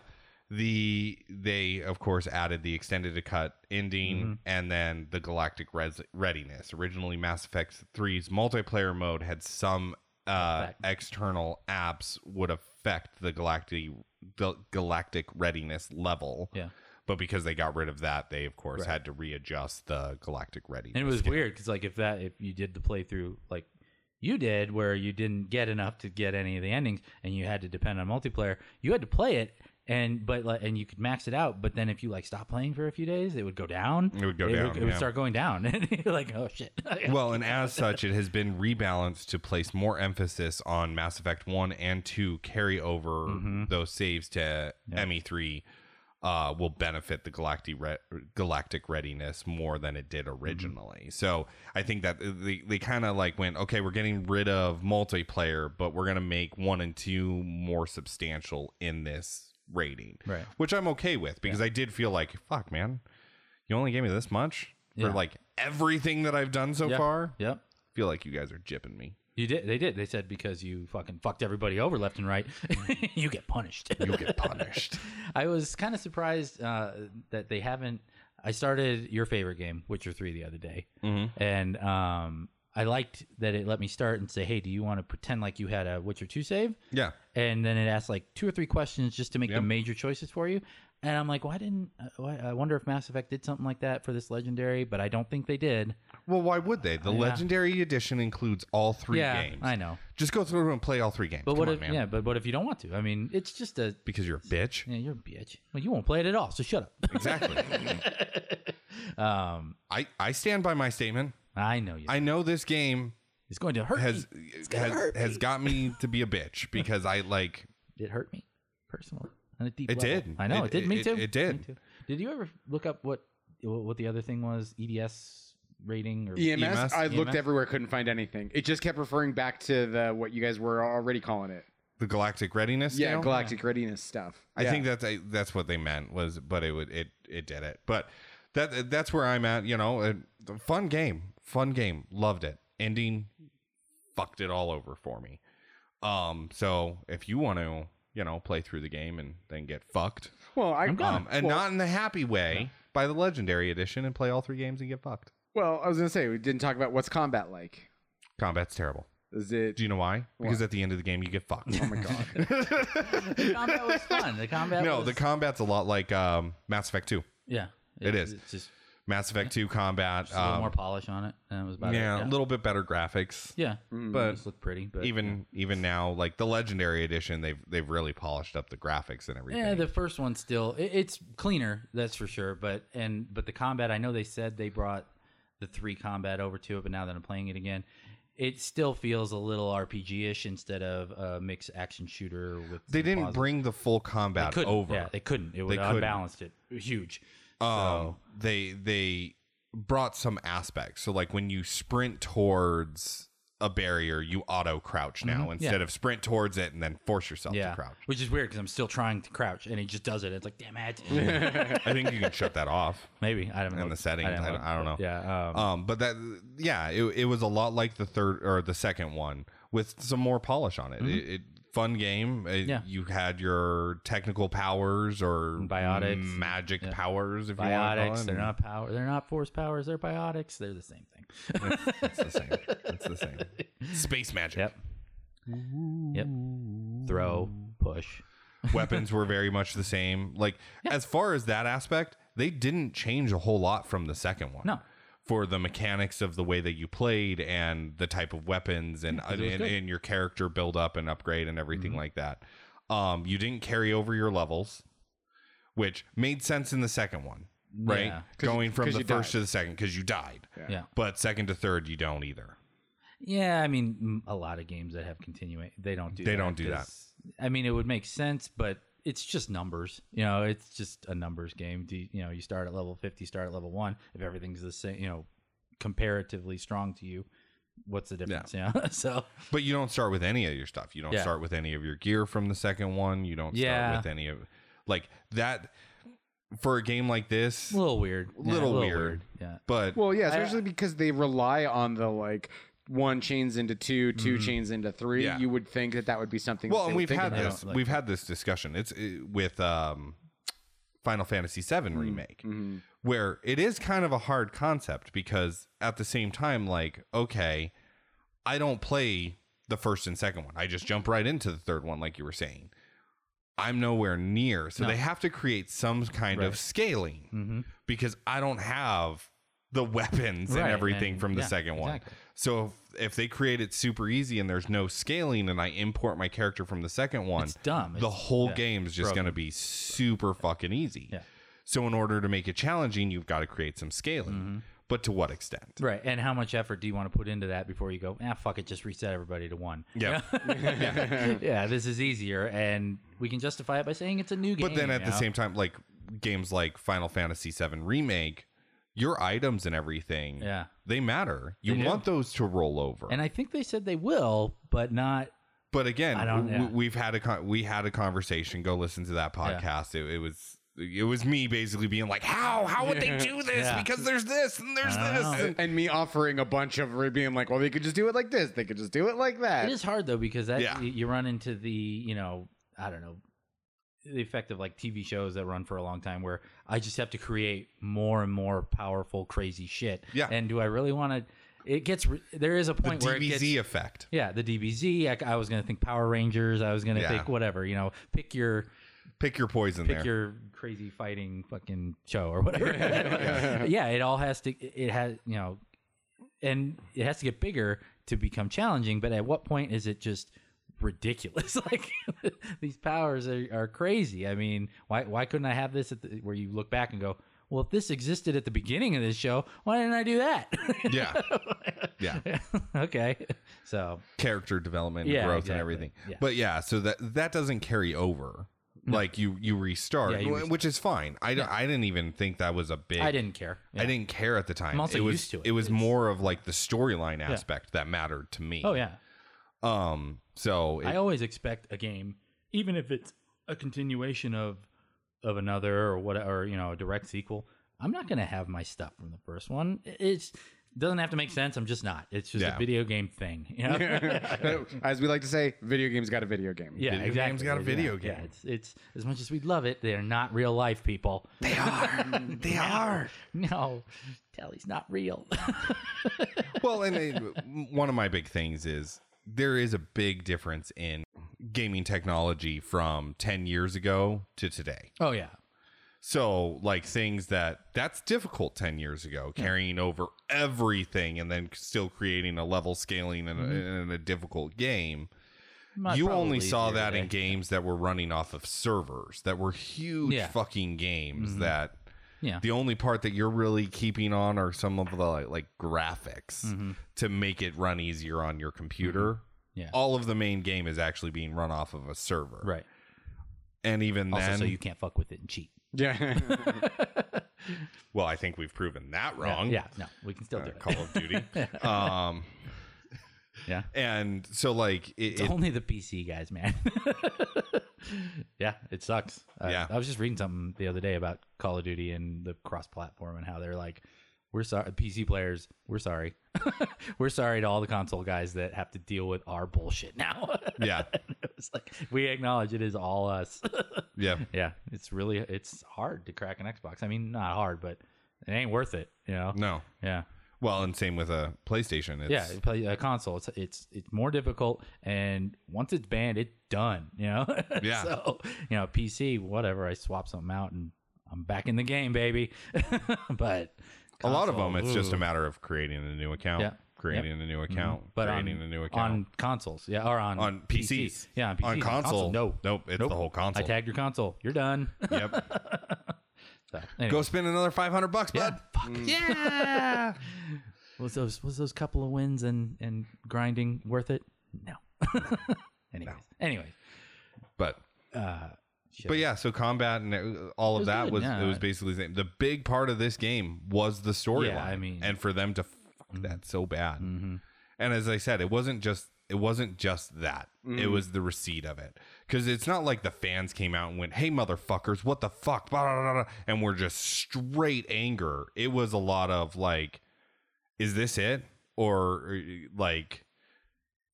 S2: The they of course added the extended to cut ending
S3: Mm-hmm.
S2: and then the galactic res- readiness. Originally, Mass Effect 3's multiplayer mode had some uh,
S3: Effect.
S2: external apps would affect the galactic the galactic readiness level.
S3: Yeah.
S2: But because they got rid of that, they of course had to readjust the galactic readiness.
S3: And it was weird because like if that if you did the playthrough like you did where you didn't get enough to get any of the endings and you had to depend on multiplayer, you had to play it and but like and you could max it out, but then if you like stopped playing for a few days, it would go down.
S2: It would go down,
S3: It
S2: yeah.
S3: would start going down, and you're like, oh shit.
S2: Well, and as such, it has been rebalanced to place more emphasis on Mass Effect 1 and 2 carry over those saves to ME3 uh, will benefit the galactic re- galactic readiness more than it did originally. So I think that they, they kind of like went, okay, we're getting rid of multiplayer, but we're going to make 1 and 2 more substantial in this rating.
S3: Right.
S2: Which I'm okay with because I did feel like, fuck, man, you only gave me this much for
S3: Yeah.
S2: like everything that I've done so
S3: Yep.
S2: far.
S3: yep.
S2: Feel like you guys are jipping me.
S3: You did. They did. They said because you fucking fucked everybody over left and right, you get punished.
S2: You'll get punished.
S3: I was kind of surprised uh, that they haven't. I started your favorite game, Witcher Three, the other day,
S2: Mm-hmm.
S3: and um, I liked that it let me start and say, "Hey, do you want to pretend like you had a Witcher Two save?"
S2: yeah.
S3: And then it asked like two or three questions just to make
S2: Yeah.
S3: the major choices for you. And I'm like, why didn't? uh, Why, I wonder if Mass Effect did something like that for this legendary, but I don't think they did.
S2: Well, why would they? The Legendary Edition includes all three
S3: yeah,
S2: games.
S3: I know.
S2: Just go through and play all three games.
S3: But
S2: Come
S3: what
S2: on,
S3: if?
S2: man.
S3: Yeah, but what if you don't want to? I mean, it's just a.
S2: Because you're a bitch.
S3: Yeah, you're a bitch. Well, you won't play it at all, so shut up.
S2: Exactly.
S3: um,
S2: I, I stand by my statement.
S3: I know you.
S2: I know this game
S3: it's going to hurt.
S2: has
S3: me. gonna
S2: has,
S3: hurt
S2: has
S3: me.
S2: got me to be a bitch because I like
S3: it hurt me personally on a deep
S2: It
S3: level.
S2: did.
S3: i know it,
S2: It-
S3: did me
S2: it-
S3: too
S2: it did.
S3: Me too. did you ever look up what what the other thing was eds rating or
S1: EMS,
S2: EMS?
S1: E I looked
S3: EMS?
S1: everywhere, couldn't find anything. It just kept referring back to the what you guys were already calling it.
S2: the Galactic Readiness.
S1: Yeah,
S2: Scale.
S1: galactic readiness stuff.
S2: I
S1: Yeah.
S2: think that's I, that's what they meant was, but it would it it did it. But that that's where I'm at. You know, a fun game, fun game, loved it. Ending fucked it all over for me. Um, so if you want to, you know, play through the game and then get fucked,
S1: Well, I,
S3: I'm gone.
S2: um, and not in the happy way by the Legendary Edition, and play all three games and get fucked.
S1: well, I was gonna say we didn't talk about what's combat like.
S2: Combat's terrible.
S1: Is it?
S2: Do you know why? Because at the end of the game, you get fucked.
S1: oh my god!
S3: the combat was fun the combat
S2: no,
S3: was,
S2: the combat's a lot like um, Mass Effect Two.
S3: yeah
S2: it is.
S3: it's just
S2: Mass Effect Two combat.
S3: a little
S2: um,
S3: more polish on it and it was about
S2: yeah,
S3: it.
S2: a little bit better graphics.
S3: yeah
S2: but-
S3: it just looked pretty but
S2: even even now like the legendary edition they've they've really polished up the graphics and everything
S3: yeah Eh, the first one still it, it's cleaner that's for sure but and but the combat i know they said they brought the three combat over to it but now that i'm playing it again it still feels a little rpg-ish instead of a mixed action shooter with
S2: they
S3: some
S2: didn't
S3: pauses.
S2: bring the full
S3: They
S2: combat
S3: couldn't.
S2: over
S3: yeah they couldn't it would
S2: couldn't.
S3: unbalanced it huge
S2: um they they brought some aspects so like when you sprint towards a barrier you auto crouch now instead of sprint towards it and then force yourself
S3: Mm-hmm. yeah
S2: to crouch
S3: which is weird because i'm still trying to crouch and he just does it it's like damn it
S2: i think you can shut that off
S3: maybe i don't know
S2: in the settings
S3: didn't
S2: i don't,
S3: look,
S2: I don't know
S3: but yeah um,
S2: um but that yeah it, it was a lot like the third or the second one with some more polish on it it, it fun game It-
S3: Mm-hmm. Yeah.
S2: you had your technical powers or
S3: Biotics.
S2: magic powers if you want
S3: biotics
S2: to
S3: they're not power they're not force powers they're biotics they're the same thing
S2: it's the same it's the same space magic
S3: Yep. Yep. Throw, push.
S2: weapons were very much the same like as far as that aspect they didn't change a whole lot from the second one
S3: No.
S2: for the mechanics of the way that you played and the type of weapons and and, and your character build up and upgrade and everything like that. Um, you didn't carry over your levels, which made sense in the second one, right?
S3: Yeah.
S2: Going from
S1: 'cause
S2: the
S1: you
S2: first to the second because you died.
S3: Yeah.
S2: But second to third, you don't either.
S3: Yeah, I mean, m- a lot of games that have continuing, they don't do.
S2: They
S3: that
S2: don't do
S3: 'cause- I mean, it would make sense, but it's just numbers. You know, it's just a numbers game. Do you, you know, you start at level fifty, start at level one. If everything's the same, you know, comparatively strong to you, what's the difference? Yeah. so
S2: But you don't start with any of your stuff. You don't
S3: Yeah.
S2: start with any of your gear from the second one. You don't
S3: Yeah.
S2: start with any of like that for a game like this.
S3: a little weird. Yeah,
S2: Little
S3: a
S2: weird.
S3: Yeah.
S2: but
S1: Well, yeah, especially because they rely on the like one chains into two, two chains into three.
S2: Mm-hmm. Yeah.
S1: You would think that that would be something. that
S2: well,
S1: they
S2: and we've
S1: think
S2: had
S1: about.
S2: this.
S3: like
S2: we've had this discussion. It's uh, with um, Final Fantasy VII
S1: Hmm.
S2: remake,
S1: Mm-hmm.
S2: where it is kind of a hard concept because at the same time, like, okay, I don't play the first and second one. I just jump right into the third one, like you were saying. I'm nowhere near, so
S3: No.
S2: they have to create some kind of
S3: Right. Mm-hmm.
S2: scaling because I don't have the weapons
S3: Right,
S2: and everything
S3: and-
S2: from the
S3: yeah,
S2: second one.
S3: exactly.
S2: So if, if they create it super easy and there's no scaling and I import my character from the second one,
S3: It's dumb.
S2: the
S3: It's-
S2: whole
S3: yeah.
S2: game is just
S3: Broken.
S2: going to be super fucking easy.
S3: Yeah.
S2: So in order to make it challenging, you've got to create some scaling.
S3: Mm-hmm.
S2: But to what extent?
S3: Right. And how much effort do you want to put into that before you go, ah, fuck it, just reset everybody to one?
S2: Yeah.
S3: yeah. Yeah, this is easier. And we can justify it by saying it's a new game.
S2: But then at
S3: you
S2: the
S3: know?
S2: same time, like games like Final Fantasy VII Remake, your items and everything,
S3: Yeah.
S2: they matter. You
S3: They do.
S2: want those to roll over.
S3: And I think they said they will, but not.
S2: but again,
S3: I don't-
S2: w-
S3: yeah.
S2: w- we've had a con- we had a conversation. Go listen to that podcast. It, it was it was me basically being like, how how would they do this?
S3: Yeah.
S2: Because there's this and there's
S3: I
S2: this.
S3: don't
S2: and-
S1: and me offering a bunch of re- being like, well, they could just do it like this. They could just do it like that.
S3: It is hard though because that
S2: Yeah.
S3: y- you run into the you know I don't know the effect of like TV shows that run for a long time where I just have to create more and more powerful crazy shit.
S2: Yeah.
S3: And do I really want to? It gets re- there is a point where it
S2: DBZ
S3: gets
S2: effect.
S3: yeah the DBZ. I, I was gonna think Power Rangers. I was gonna
S2: Yeah.
S3: think whatever you know. Pick your
S2: Pick your poison
S3: pick
S2: there.
S3: your crazy fighting fucking show or whatever. yeah. it all has to. It has you know, and it has to get bigger to become challenging. But at what point is it just ridiculous? like these powers are, are crazy. I mean, why why couldn't I have this at the, where you look back and go, well, if this existed at the beginning of this show, why didn't I do that?
S2: yeah. Yeah.
S3: okay, so
S2: Character development and
S3: Yeah,
S2: growth
S3: exactly.
S2: and everything.
S3: Yeah.
S2: But yeah, so that that doesn't carry over. Like you you restart,
S3: Yeah, you
S2: wh- which is fine. I, don't- I didn't even think that was a big
S3: I didn't care.
S2: I didn't care at the time.
S3: I'm also
S2: it was
S3: used to it.
S2: was
S3: It's-
S2: more of like the storyline aspect that mattered to me.
S3: Oh yeah,
S2: Um so it-
S3: I always expect a game, even if it's a continuation of of another or what or you know a direct sequel. I'm not going to have my stuff from the first one. It's doesn't have to make sense. I'm just not. It's just
S2: Yeah.
S3: a video game thing. You know?
S1: As we like to say, video games got a video game.
S3: yeah,
S2: Video
S3: exactly.
S2: games got a video
S3: yeah,
S2: game.
S3: Yeah, it's it's as much as we love it, they're not real life people.
S2: they are. They are.
S3: No, Telly's not real.
S2: Well, and it- one of my big things is there is a big difference in gaming technology from 10 years ago to today.
S3: oh yeah,
S2: So, like things that that's difficult 10 years ago, carrying over everything and then still creating a level scaling and a, and a difficult game.
S3: Not
S2: you
S3: Mm-hmm. probably
S2: only saw
S3: easier
S2: that in
S3: today.
S2: games that were running off of servers that were huge
S3: Yeah. Mm-hmm.
S2: fucking games that
S3: Yeah.
S2: the only part that you're really keeping on are some of the like, like graphics to make it run easier on your computer.
S3: Mm-hmm. Yeah.
S2: All of the main game is actually being run off of a server.
S3: right.
S2: And even
S3: Also,
S2: then,
S3: so you can't fuck with it and cheat.
S1: Yeah.
S2: well, I think we've proven that wrong.
S3: Yeah. No, we can still do it.
S2: Call of Duty. um,
S3: Yeah.
S2: and so like it,
S3: It's
S2: it-
S3: only the PC guys, man. yeah, it sucks. Uh,
S2: Yeah.
S3: I was just reading something the other day about Call of Duty and the cross-platform and how they're like, we're sorry, PC players, we're sorry, we're sorry to all the console guys that have to deal with our bullshit now.
S2: yeah,
S3: it was like we acknowledge it is all us.
S2: yeah.
S3: yeah, it's really it's hard to crack an Xbox. I mean, not hard, but it ain't worth it. You know?
S2: No.
S3: Yeah.
S2: Well, and same with a PlayStation. It's,
S3: Yeah, play a console. It's it's it's more difficult, and once it's banned, it's done. You know.
S2: Yeah.
S3: so you know, PC, whatever. I swap something out, and I'm back in the game, baby. but
S2: a lot of
S3: console,
S2: them it's just a
S3: ooh.
S2: matter of creating a new account
S3: Yeah. Mm-hmm.
S2: creating a new account,
S3: but on,
S2: creating a new account
S3: on consoles, yeah, or on
S2: On PCs.
S3: yeah, on PCs.
S2: On console,
S3: no,
S2: nope, it's the whole console.
S3: I tagged your console. You're done.
S2: Yep.
S3: So, anyway.
S2: Go spend another five hundred bucks, bud.
S3: Fuck yeah! was those was those couple of wins and and grinding worth it? No. anyways, anyways,
S2: But
S3: uh,
S2: but yeah, so combat and uh, all of
S3: was
S2: that
S3: good,
S2: was
S3: yeah.
S2: it was basically the same. The big part of this game was the storyline.
S3: Yeah, I mean- Mm-hmm.
S2: and for them to fuck that so bad. And as I said, it wasn't just it wasn't just that. It
S3: Mm-hmm.
S2: was the receipt of it because it's not like the fans came out and went, "Hey, motherfuckers, what the fuck?" Blah, blah, blah, blah," and we're just straight anger. It was a lot of like, "Is this it?" Or uh, like,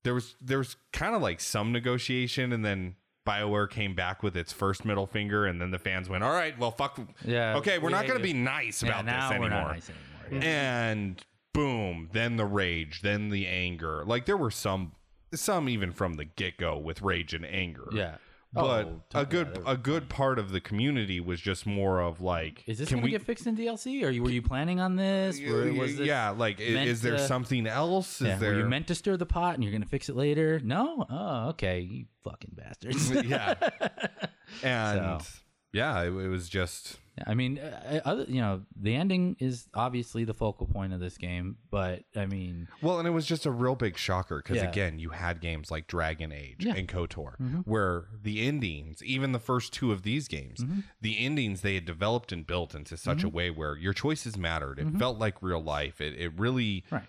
S2: there was there was kind of like some negotiation and then BioWare came back with its first middle finger and then the fans went, "All right, well fuck
S3: Yeah,
S2: Okay, we're
S3: we
S2: not
S3: hate
S2: going to
S3: you."
S2: be nice
S3: yeah,
S2: about this
S3: now we're
S2: anymore."
S3: not nice anymore.
S2: And boom, then the rage, then the anger. Like there were some some even from the get-go with rage and anger.
S3: Yeah. yeah.
S2: But
S3: Oh,
S2: a
S3: totally,
S2: good
S3: yeah, there-
S2: a good part of the community was just more of like
S3: Is this
S2: can
S3: going to
S2: we
S3: get fixed in DLC? Or you- were you planning on this? Were, was this
S2: yeah, like i-
S3: meant
S2: is there
S3: to-
S2: something else? Is
S3: Yeah,
S2: there
S3: were you meant to stir the pot and you're going to fix it later? No? Oh, okay. You fucking bastards.
S2: yeah. And
S3: So.
S2: yeah, it, it was just
S3: I mean, uh, other, you know, the ending is obviously the focal point of this game, but I mean,
S2: well, and it was just a real big shocker because
S3: Yeah.
S2: again, you had games like Dragon Age
S3: Yeah. Mm-hmm.
S2: and KOTOR where the endings, even the first two of these games,
S3: Mm-hmm.
S2: the endings they had developed and built into such a way where your choices mattered. It felt like real life. It it really
S3: Mm-hmm. Right.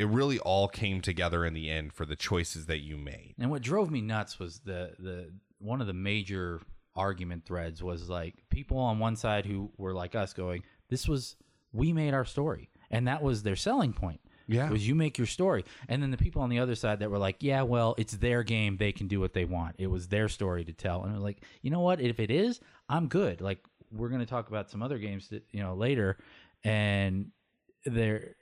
S2: it really all came together in the end for the choices that you made.
S3: And what drove me nuts was the the one of the major argument threads was like people on one side who were like us going, "This was we made our story," and that was their selling point.
S2: Yeah.
S3: was you make your story, and then the people on the other side that were like, "Yeah, well, it's their game; they can do what they want. It was their story to tell." And I was like, you know what? If it is, I'm good. Like we're gonna talk about some other games that you know later, and there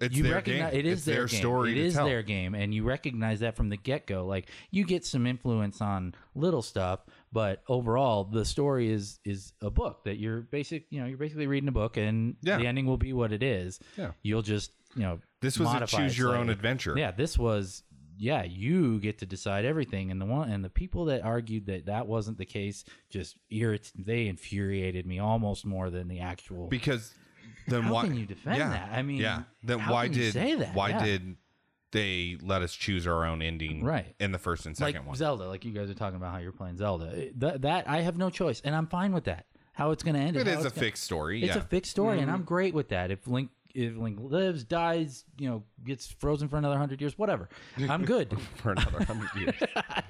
S2: It's
S3: you
S2: their
S3: recognize
S2: game.
S3: it is
S2: It's
S3: their,
S2: their,
S3: game.
S2: story
S3: It
S2: to
S3: is
S2: tell.
S3: their game, and you recognize that from the get go. Like you get some influence on little stuff, but overall, the story is is a book that you're basic. You know, you're basically reading a book, and
S2: Yeah.
S3: the ending will be what it is.
S2: Yeah.
S3: you'll just you know
S2: This was a
S3: modify it
S2: choose your own
S3: slightly.
S2: adventure.
S3: Yeah, this was yeah, you get to decide everything and the one and the people that argued that that wasn't the case just irrit they infuriated me almost more than the actual
S2: because then
S3: How
S2: why
S3: can you defend
S2: yeah,
S3: that? I mean,
S2: yeah. Then
S3: how
S2: why
S3: can you
S2: did
S3: say that?
S2: why
S3: Yeah.
S2: did they let us choose our own ending
S3: Right.
S2: in the first and second
S3: like
S2: one?
S3: Zelda, like you guys are talking about how you're playing Zelda. It- That, that I have no choice, and I'm fine with that. How it's going to end?
S2: It is
S3: how
S2: a
S3: it's gonna-
S2: fixed story.
S3: It's
S2: yeah.
S3: a fixed story, and I'm great with that. If Link, if Link lives, dies, you know, gets frozen for another hundred years, whatever, I'm good.
S2: for another hundred years.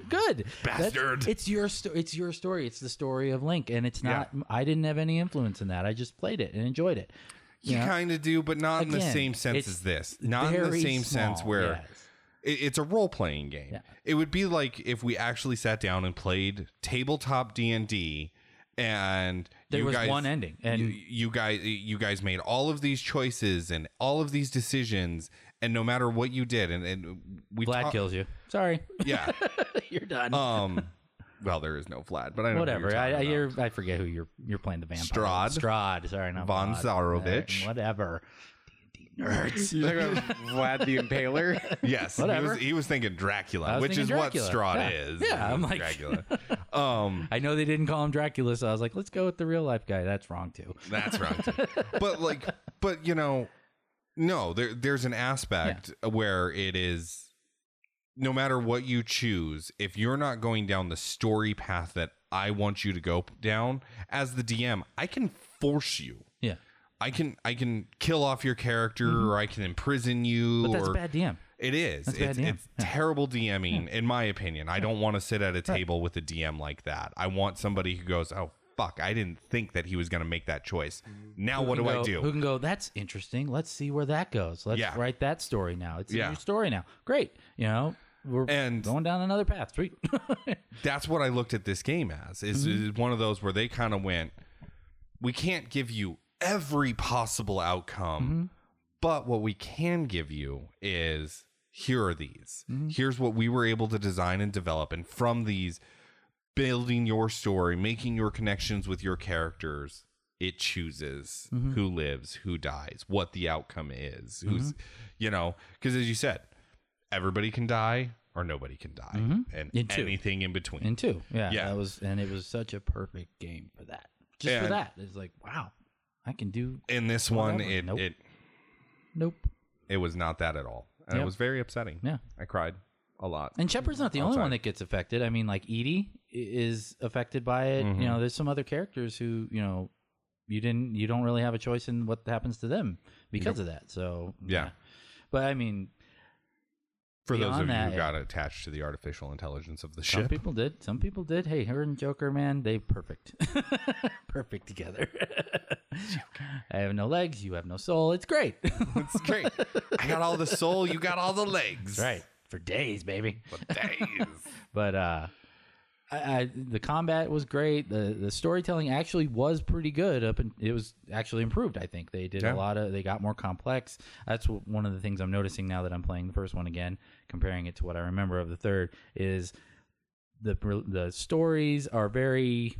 S3: good That's-
S2: Bastard.
S3: it's your sto- it's your story. It's the story of Link, and it's not. I didn't have any influence in that. I just played it and enjoyed it.
S2: You
S3: Yeah.
S2: kind of do, but not in the
S3: Again,
S2: same sense
S3: it's
S2: as this. Not in the
S3: Very
S2: same
S3: small,
S2: sense where
S3: yes.
S2: it, it's a role playing game. It would be like if we actually sat down and played tabletop D and D, and
S3: there
S2: you
S3: was
S2: guys-
S3: one ending, and
S2: you, you guys you guys made all of these choices and all of these decisions and no matter what you did and, and we
S3: Vlad
S2: talk-
S3: kills you. Sorry,
S2: yeah
S3: you're done.
S2: um well there is no Vlad but I know
S3: whatever. I, I,
S2: I,
S3: you're, I forget who you're you're playing the vampire.
S2: Strahd.
S3: Strahd. Sorry, not
S2: Von
S3: Vlad.
S2: Zarovich.
S3: Uh, Whatever. D&D Nerds.
S1: You talking about Vlad the Impaler?
S2: yes He,
S3: Whatever.
S2: was, he was thinking Dracula
S3: I was
S2: which
S3: thinking
S2: is
S3: Dracula.
S2: what Strahd
S3: Yeah.
S2: is
S3: Yeah,
S2: He
S3: I'm
S2: was
S3: like-
S2: Dracula um
S3: I know they didn't call him Dracula, so I was like, let's go with the real life guy. That's wrong too.
S2: That's wrong. too. but like, but you know, no, there there's an aspect where it is no matter what you choose, if you're not going down the story path that I want you to go down as the DM, I can force you.
S3: Yeah,
S2: I can I can kill off your character or I can imprison you
S3: Mm-hmm. but that's
S2: or
S3: bad DM.
S2: it is.
S3: That's
S2: it's
S3: bad DM.
S2: it's terrible DMing, in my opinion. I don't want to sit at a table with a DM like that. I want somebody who goes, "Oh fuck, I didn't think that he was going to make that choice. Now what do
S3: Who can
S2: I
S3: go-
S2: do?"
S3: Who can go? That's interesting. Let's see where that goes. Let's
S2: Yeah.
S3: write that story now. It's
S2: Yeah.
S3: a new story now. Great. You know, we're
S2: And-
S3: going down another path. Sweet.
S2: That's what I looked at this game as. Is is one of those where they kind of went, "We can't give you every possible outcome, but what we can give you is here are these. Here's what we were able to design and develop, and from these." building your story, making your connections with your characters it chooses who lives, who dies, what the outcome is, who's, you know, because as you said, everybody can die or nobody can die, and
S3: In two.
S2: anything in between.
S3: and two. Yeah,
S2: Yeah.
S3: That was and it was such a perfect game for that. Just for
S2: And-
S3: that, it's like wow, I can do.
S2: In this one,
S3: Whatever.
S2: it
S3: Oh, Nope.
S2: it
S3: Nope.
S2: it was not that at all, and it
S3: Yep.
S2: was very upsetting.
S3: Yeah.
S2: I cried a lot.
S3: And Shepard's not the only
S2: Outside.
S3: one that gets affected. I mean, like Edie i- is affected by it.
S2: Mm-hmm.
S3: You know, there's some other characters who you know you didn't you don't really have a choice in what happens to them because of that. So
S2: Yeah.
S3: but I mean,
S2: For those
S3: Beyond
S2: of you
S3: that,
S2: who
S3: it-
S2: got attached to the artificial intelligence of the
S3: some
S2: ship,
S3: people did. Some people did. Hey, her and Joker, man, they perfect, perfect together. I have no legs. You have no soul. It's great.
S2: it's great. I got all the soul, you got all the legs.
S3: right for days, baby.
S2: Days.
S3: but uh I, I, the combat was great. The the storytelling actually was pretty good. Up and it was actually improved. I think they did
S2: Yeah.
S3: a lot of. They got more complex. That's wh- one of the things I'm noticing now that I'm playing the first one again, comparing it to what I remember of the third. Is the the stories are very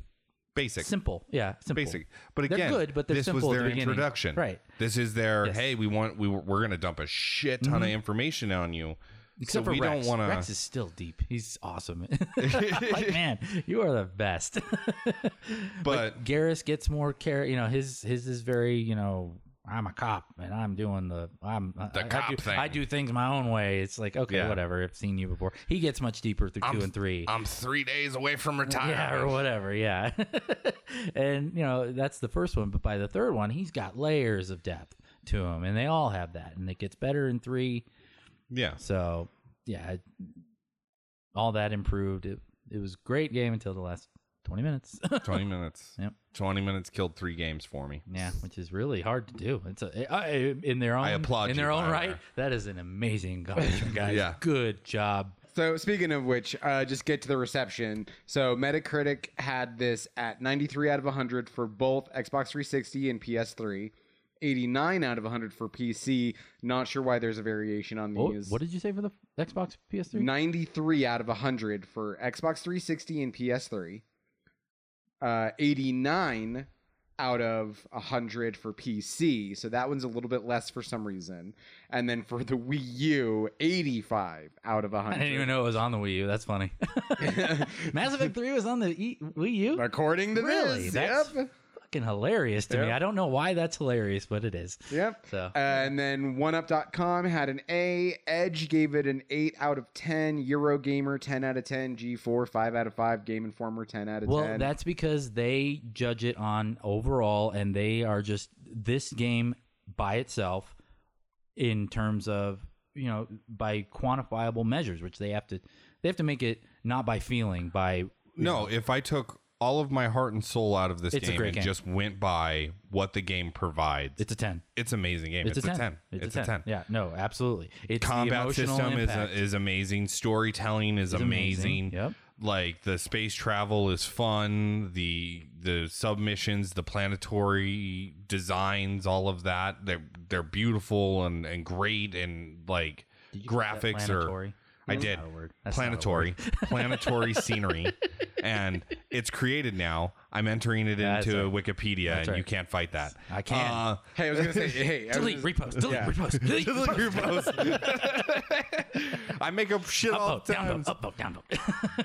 S2: Basic.
S3: simple. Yeah, simple.
S2: Basic. But
S3: They're
S2: again,
S3: good, but they're
S2: this was
S3: simple at
S2: their
S3: the beginning.
S2: introduction.
S3: Right.
S2: This is their
S3: Yes. Mm-hmm.
S2: hey, we want we we're going to dump a shit ton of information on you.
S3: Except
S2: so
S3: for
S2: we
S3: Rex.
S2: don't want
S3: Rex
S2: to
S3: is still deep. He's awesome. like man, you are the best.
S2: but
S3: Garrus gets more care. You know, his his is very you know. I'm a cop and I'm doing the I'm the I,
S2: cop
S3: I do,
S2: thing.
S3: I do things my own way. It's like okay,
S2: Yeah.
S3: whatever. I've seen you before. He gets much deeper through two and three.
S2: I'm 3 days away from
S3: yeah, or
S2: retirement.
S3: whatever. Yeah, and you know that's the first one, but by the third one, he's got layers of depth to him, and they all have that, and it gets better in three.
S2: Yeah.
S3: So yeah, it- all that improved. It it was a great game until the last twenty minutes.
S2: 20 minutes.
S3: Yep.
S2: 20 minutes killed 3 games for me.
S3: Yeah, which is really hard to do. It's a, I, I- in their own.
S2: I applaud
S3: in
S2: you,
S3: their own
S2: BioWare.
S3: right. That is an amazing accomplishment, guys.
S2: Yeah.
S3: good job.
S1: So speaking of which, uh, just get to the reception. So Metacritic had this at 93 out of 100 for both Xbox 360 and PS3, 89 out of 100 for PC. Not sure why there's a variation on
S3: Oh, What,
S1: these.
S3: what did you say for the Xbox PS3?
S1: 93 out of 100 for Xbox 360 and PS3, uh, 89 out of 100 for PC. So that one's a little bit less for some reason. And then for the Wii U, 85 out of 100.
S3: I didn't even know it was on the Wii U. That's funny. Mass Effect 3 was on the e- Wii U.
S1: According to
S3: Really?
S1: this,
S3: That's-
S1: yep,
S3: Fucking hilarious to me.
S1: Yeah.
S3: I don't know why that's hilarious, but it is.
S1: yep.
S3: So
S1: And then OneUp.com had an A. Edge gave it an 8 out of 10. Eurogamer, 10 out of 10. G4, 5 out of 5. Game Informer, 10 out of 10.
S3: well, that's because they judge it on overall, and they are just this game by itself in terms of you know by quantifiable measures, which they have to they have to make it not by feeling by
S2: No, if I took all of my heart and soul out of this
S3: It's a
S2: game
S3: great
S2: and
S3: game.
S2: just went by what the game provides, it's,
S3: it's a ten.
S2: an amazing game. It's, a 10. It's, a 10.
S3: Yeah, no, absolutely. It's the
S2: Combat
S3: emotional
S2: system is,
S3: impact.
S2: is amazing. Storytelling is amazing.
S3: Yep.
S2: Like the space travel is fun. The the submissions, the planetary designs, all of that. They're they're beautiful and, and great and like graphics are
S3: Planetary.
S2: I
S3: That's
S2: did.
S3: not a word. That's not a
S2: planetary, planetary scenery, and it's created now. I'm entering it
S3: That's
S2: into
S3: right.
S2: Wikipedia, and
S3: right.
S2: you can't fight that.
S3: I can.
S2: Uh,
S1: hey, I was going to say, hey, I was
S3: Delete,
S1: just-
S3: repost, delete, repost, delete,
S2: look at
S3: repost.
S2: your post. I make up shit all
S3: Upvote,
S2: the time.
S3: downvote, upvote,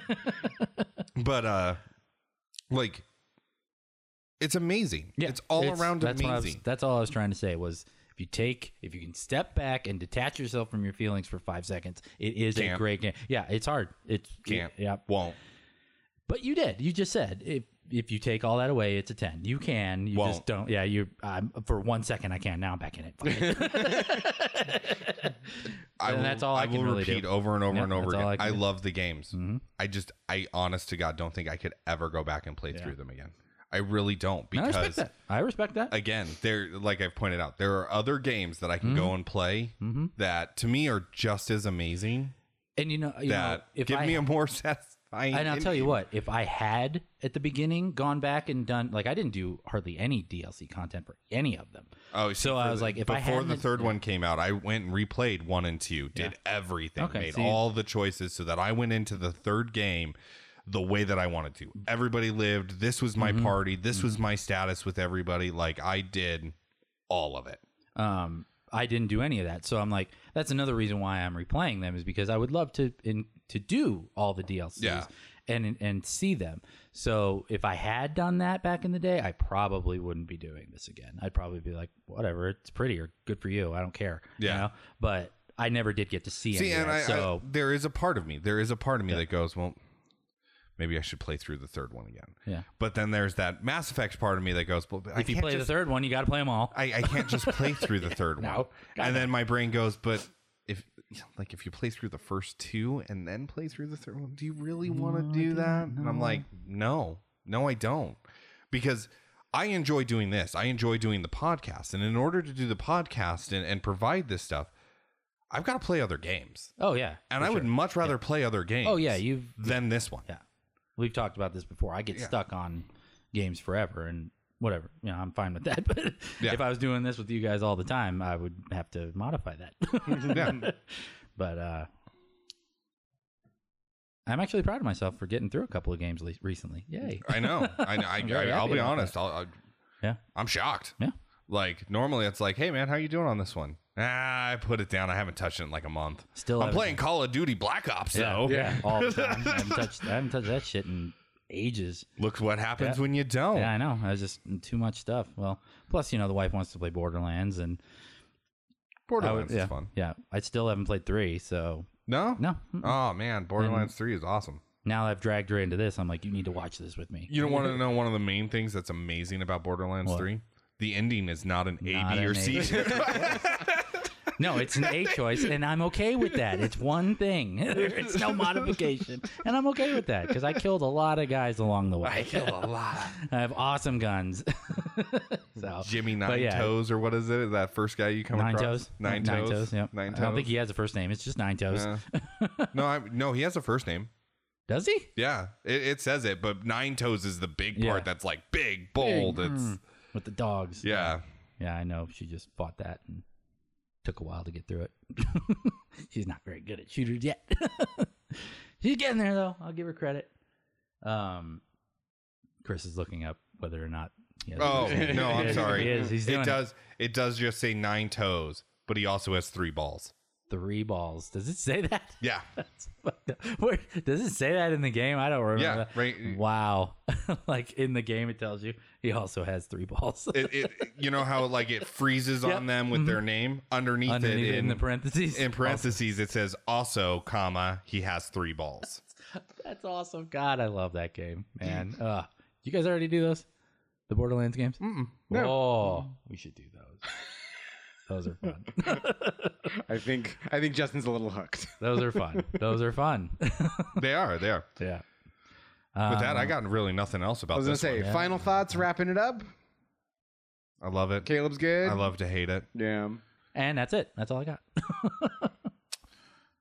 S3: downvote.
S2: But uh, like, it's amazing. it's all around
S3: that's what I was-
S2: amazing.
S3: that's all I was trying to say was if you take if you can step back and detach yourself from your feelings for five seconds, it is
S2: Can't.
S3: a great game. Yeah, it's hard. It's
S2: Can't.
S3: yeah.
S2: Won't.
S3: But you did. You just said if if you take all that away, it's a ten. You can. You
S2: Won't.
S3: just don't. Yeah. You. I'm for one second. I can. Now I'm back in it. Fuck it.
S2: I
S3: And that's all I can
S2: will
S3: really do.
S2: repeat over and over
S3: Yeah,
S2: and over
S3: that's all
S2: again. I,
S3: I can do. Mm-hmm.
S2: love the games. I just, I honest to God, don't think I could ever go back and play through them again. I really don't
S3: I
S2: because
S3: respect that. I respect that.
S2: again, there like I've pointed out, there are other games that I can
S3: Mm-hmm.
S2: go and play that to me are just as amazing.
S3: and you know, you know,
S2: that
S3: if
S2: give
S3: I
S2: me a more satisfying.
S3: and I'll
S2: indie-
S3: tell you what, if I had at the beginning gone back and done like I didn't do hardly any DLC content for any of them.
S2: Oh, see,
S3: So I
S2: for
S3: was
S2: the-
S3: like, if I
S2: before the
S3: hadn't-
S2: third one came out, I went and replayed one and two, did everything,
S3: Okay,
S2: made
S3: see-
S2: all the choices, so that I went into the third game the way that I wanted to. Everybody lived. This was
S3: Mm-hmm.
S2: my party. This was my status with everybody. Like I did all of it.
S3: um, I didn't do any of that. So I'm like, that's another reason why I'm replaying them is because I would love to in, to do all the DLCs
S2: Yeah.
S3: and and see them. So if I had done that back in the day, I probably wouldn't be doing this again. I'd probably be like, whatever, it's prettier, good for you. I don't care. you
S2: Yeah.
S3: know? But I never did get to see,
S2: See,
S3: any of
S2: and
S3: that.
S2: I,
S3: so
S2: I, there is a part of me. There is a part of me that goes, well, maybe I should play through the third one again.
S3: Yeah.
S2: But then there's that Mass Effect part of me that goes, well, I
S3: if you
S2: can't
S3: play
S2: just
S3: the third one, you got to play them all.
S2: I, I can't just play through the third
S3: No.
S2: one.
S3: God,
S2: And then my brain goes, but if like if you play through the first two and then play through the third one, do you really want to do that? And I'm like, no, no, I don't. Because I enjoy doing this. I enjoy doing the podcast. And in order to do the podcast and, and provide this stuff, I've got to play other games.
S3: oh yeah,
S2: And
S3: for
S2: I
S3: sure.
S2: would much rather play other games.
S3: Oh, yeah, you've-
S2: than this one.
S3: Yeah. We've talked about this before. I get stuck on games forever and whatever. You know, I'm fine with that. But
S2: Yeah.
S3: if I was doing this with you guys all the time, I would have to modify that.
S2: Yeah.
S3: but uh I'm actually proud of myself for getting through a couple of games le- recently. Yay.
S2: I know. I, I,
S3: I'm very
S2: I, I'll
S3: happy
S2: be
S3: about
S2: honest. I'll, I'll,
S3: Yeah.
S2: I'm shocked.
S3: Yeah.
S2: Like normally, it's like, hey man, how you doing on this one? Ah, I put it down. I haven't touched it in like a month.
S3: Still
S2: I'm
S3: haven't-
S2: playing Call of Duty Black Ops though.
S3: Yeah. All the time. I haven't touched I haven't touched that shit in ages.
S2: Look what happens when you don't.
S3: Yeah, I know. I was just too much stuff. Well, plus, you know, the wife wants to play Borderlands and I would-
S2: Borderlands
S3: yeah,
S2: is fun.
S3: Yeah. I still haven't played 3, so
S2: No.
S3: no. Mm-hmm.
S2: Oh man, Borderlands Three is awesome.
S3: now that I've dragged her into this, I'm like, you need to watch this with me.
S2: You don't want to know one of the main things that's amazing about Borderlands
S3: What?
S2: Three? The ending is not an
S3: Not
S2: A, B,
S3: an
S2: or
S3: A,
S2: C.
S3: B, No, it's an A choice, and I'm okay with that. It's one thing. it's no modification, and I'm okay with that because I killed a lot of guys along the way. I,
S2: killed a lot.
S3: have awesome guns. so
S2: Jimmy Nine
S3: Oh. But yeah.
S2: Toes or what is it? That first guy you come
S3: Nine
S2: across?
S3: toes.
S2: Nine, Toes.
S3: Yep.
S2: Nine Toes.
S3: I don't think he has a first name. It's just nine toes.
S2: Yeah. no, I, no, he has a first name.
S3: Does he?
S2: Yeah, it, it says it, but Nine Toes is the big
S3: Yeah. hmm.
S2: part that's like big, bold. It's
S3: With the dogs.
S2: yeah,
S3: Yeah, I know. She just fought that and took a while to get through it. She's not very good at shooters yet. She's getting there though. I'll give her credit. Um, Chris is looking up whether or not. He has a
S2: Oh
S3: first name.
S2: no,
S3: He
S2: I'm
S3: is,
S2: sorry.
S3: He is. He's doing
S2: it
S3: it
S2: does. It. does just say Nine Toes, but he also has three balls.
S3: three balls. Does it say that?
S2: Yeah,
S3: That's fucked up. Where, does it say that in the game? I don't remember.
S2: yeah,
S3: that.
S2: right.
S3: Wow. like in the game, it tells you he also has three balls
S2: It, it, you know how like it freezes
S3: Yep.
S2: on them with their name underneath,
S3: Mm-hmm. underneath
S2: it
S3: it in the
S2: in,
S3: parentheses.
S2: in parentheses. It says also, comma he has three balls.
S3: That's awesome. God, I love that game, man. Uh, you guys already do those? The Borderlands games?
S2: Mm-mm.
S1: No.
S3: Oh, we should do those. those are fun.
S1: I think I think Justin's a little hooked.
S3: those are fun. Those are fun.
S2: They are. They are.
S3: yeah.
S2: With that, I
S3: Um,
S2: got really nothing else
S1: I
S2: about
S1: was gonna
S2: this.
S1: say,
S2: one.
S1: final thoughts, wrapping it up.
S2: I love it.
S1: Caleb's good.
S2: I love to hate it.
S1: Yeah.
S3: And that's it. That's all I got.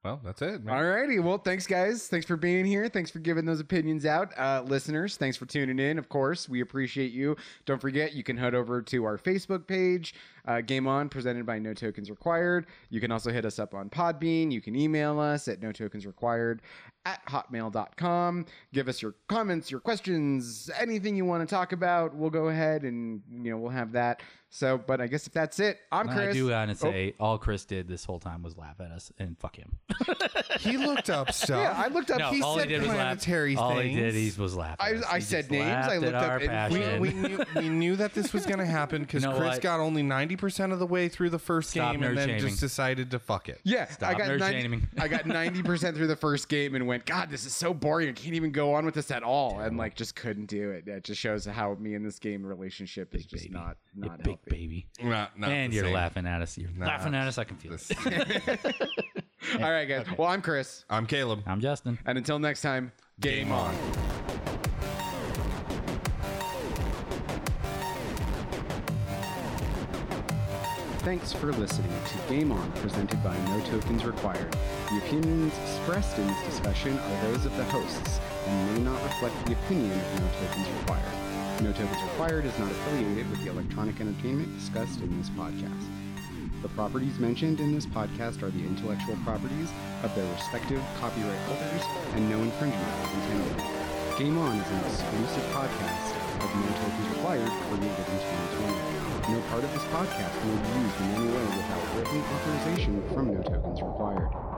S2: Well, that's it. Man.
S1: Alrighty. Well, thanks, guys. Thanks for being here. Thanks for giving those opinions out. Uh, listeners, thanks for tuning in. Of course, we appreciate you. Don't forget, you can head over to our Facebook page, uh, Game On, presented by No Tokens Required. You can also hit us up on Podbean. You can email us at no tokens required at hotmail.com. Give us your comments, your questions, anything you want to talk about. We'll go ahead and, you know, we'll have that. So, but I guess if that's it, I'm Chris. Oh.
S3: I do want to say all Chris did this whole time was laugh at us and fuck him.
S2: He looked up stuff.
S1: yeah, I looked up.
S3: No,
S1: Uh, he
S3: all
S1: said
S3: he did was laugh.
S2: planetary
S3: All he
S2: things.
S3: did he was laugh. At
S1: I-
S3: us.
S1: I
S3: He
S1: said
S3: just
S1: names. I
S3: laughed at
S1: looked up
S3: our
S1: and
S2: we,
S3: passion.
S2: we knew we knew that this was going to happen because
S3: You know
S2: Chris
S3: what?
S2: got only ninety percent of the way through the first
S3: Stop
S2: game and then
S3: nerd-shaming.
S2: just decided to fuck it.
S1: Yeah, I
S3: Stop
S1: got
S3: nerd
S1: 90,
S3: shaming.
S1: I got ninety percent through the first game and went, God, this is so boring. I can't even go on with this at all, and like just couldn't do it. It just shows how me and this game relationship is just
S3: baby.
S1: not
S3: You
S1: not
S3: big
S1: healthy.
S3: baby.
S2: Not- not
S3: And
S2: the
S3: you're
S2: same.
S3: laughing at us. You're laughing at us. I can feel it.
S1: All right, guys. Well, I'm Chris,
S2: I'm Caleb.
S3: I'm Justin.
S1: and until next time, game,
S2: Game
S1: on.
S2: on.
S1: Thanks for listening to Game On, presented by No Tokens Required. The opinions expressed in this discussion are those of the hosts and may not reflect the opinion of No Tokens Required. No Tokens Required is not affiliated with the electronic entertainment discussed in this podcast. The properties mentioned in this podcast are the intellectual properties of their respective copyright holders, and no infringement is intended. Game On is an exclusive podcast of No Tokens Required for New Visions 2020. No part of this podcast may be used in any way without written authorization from No Tokens Required.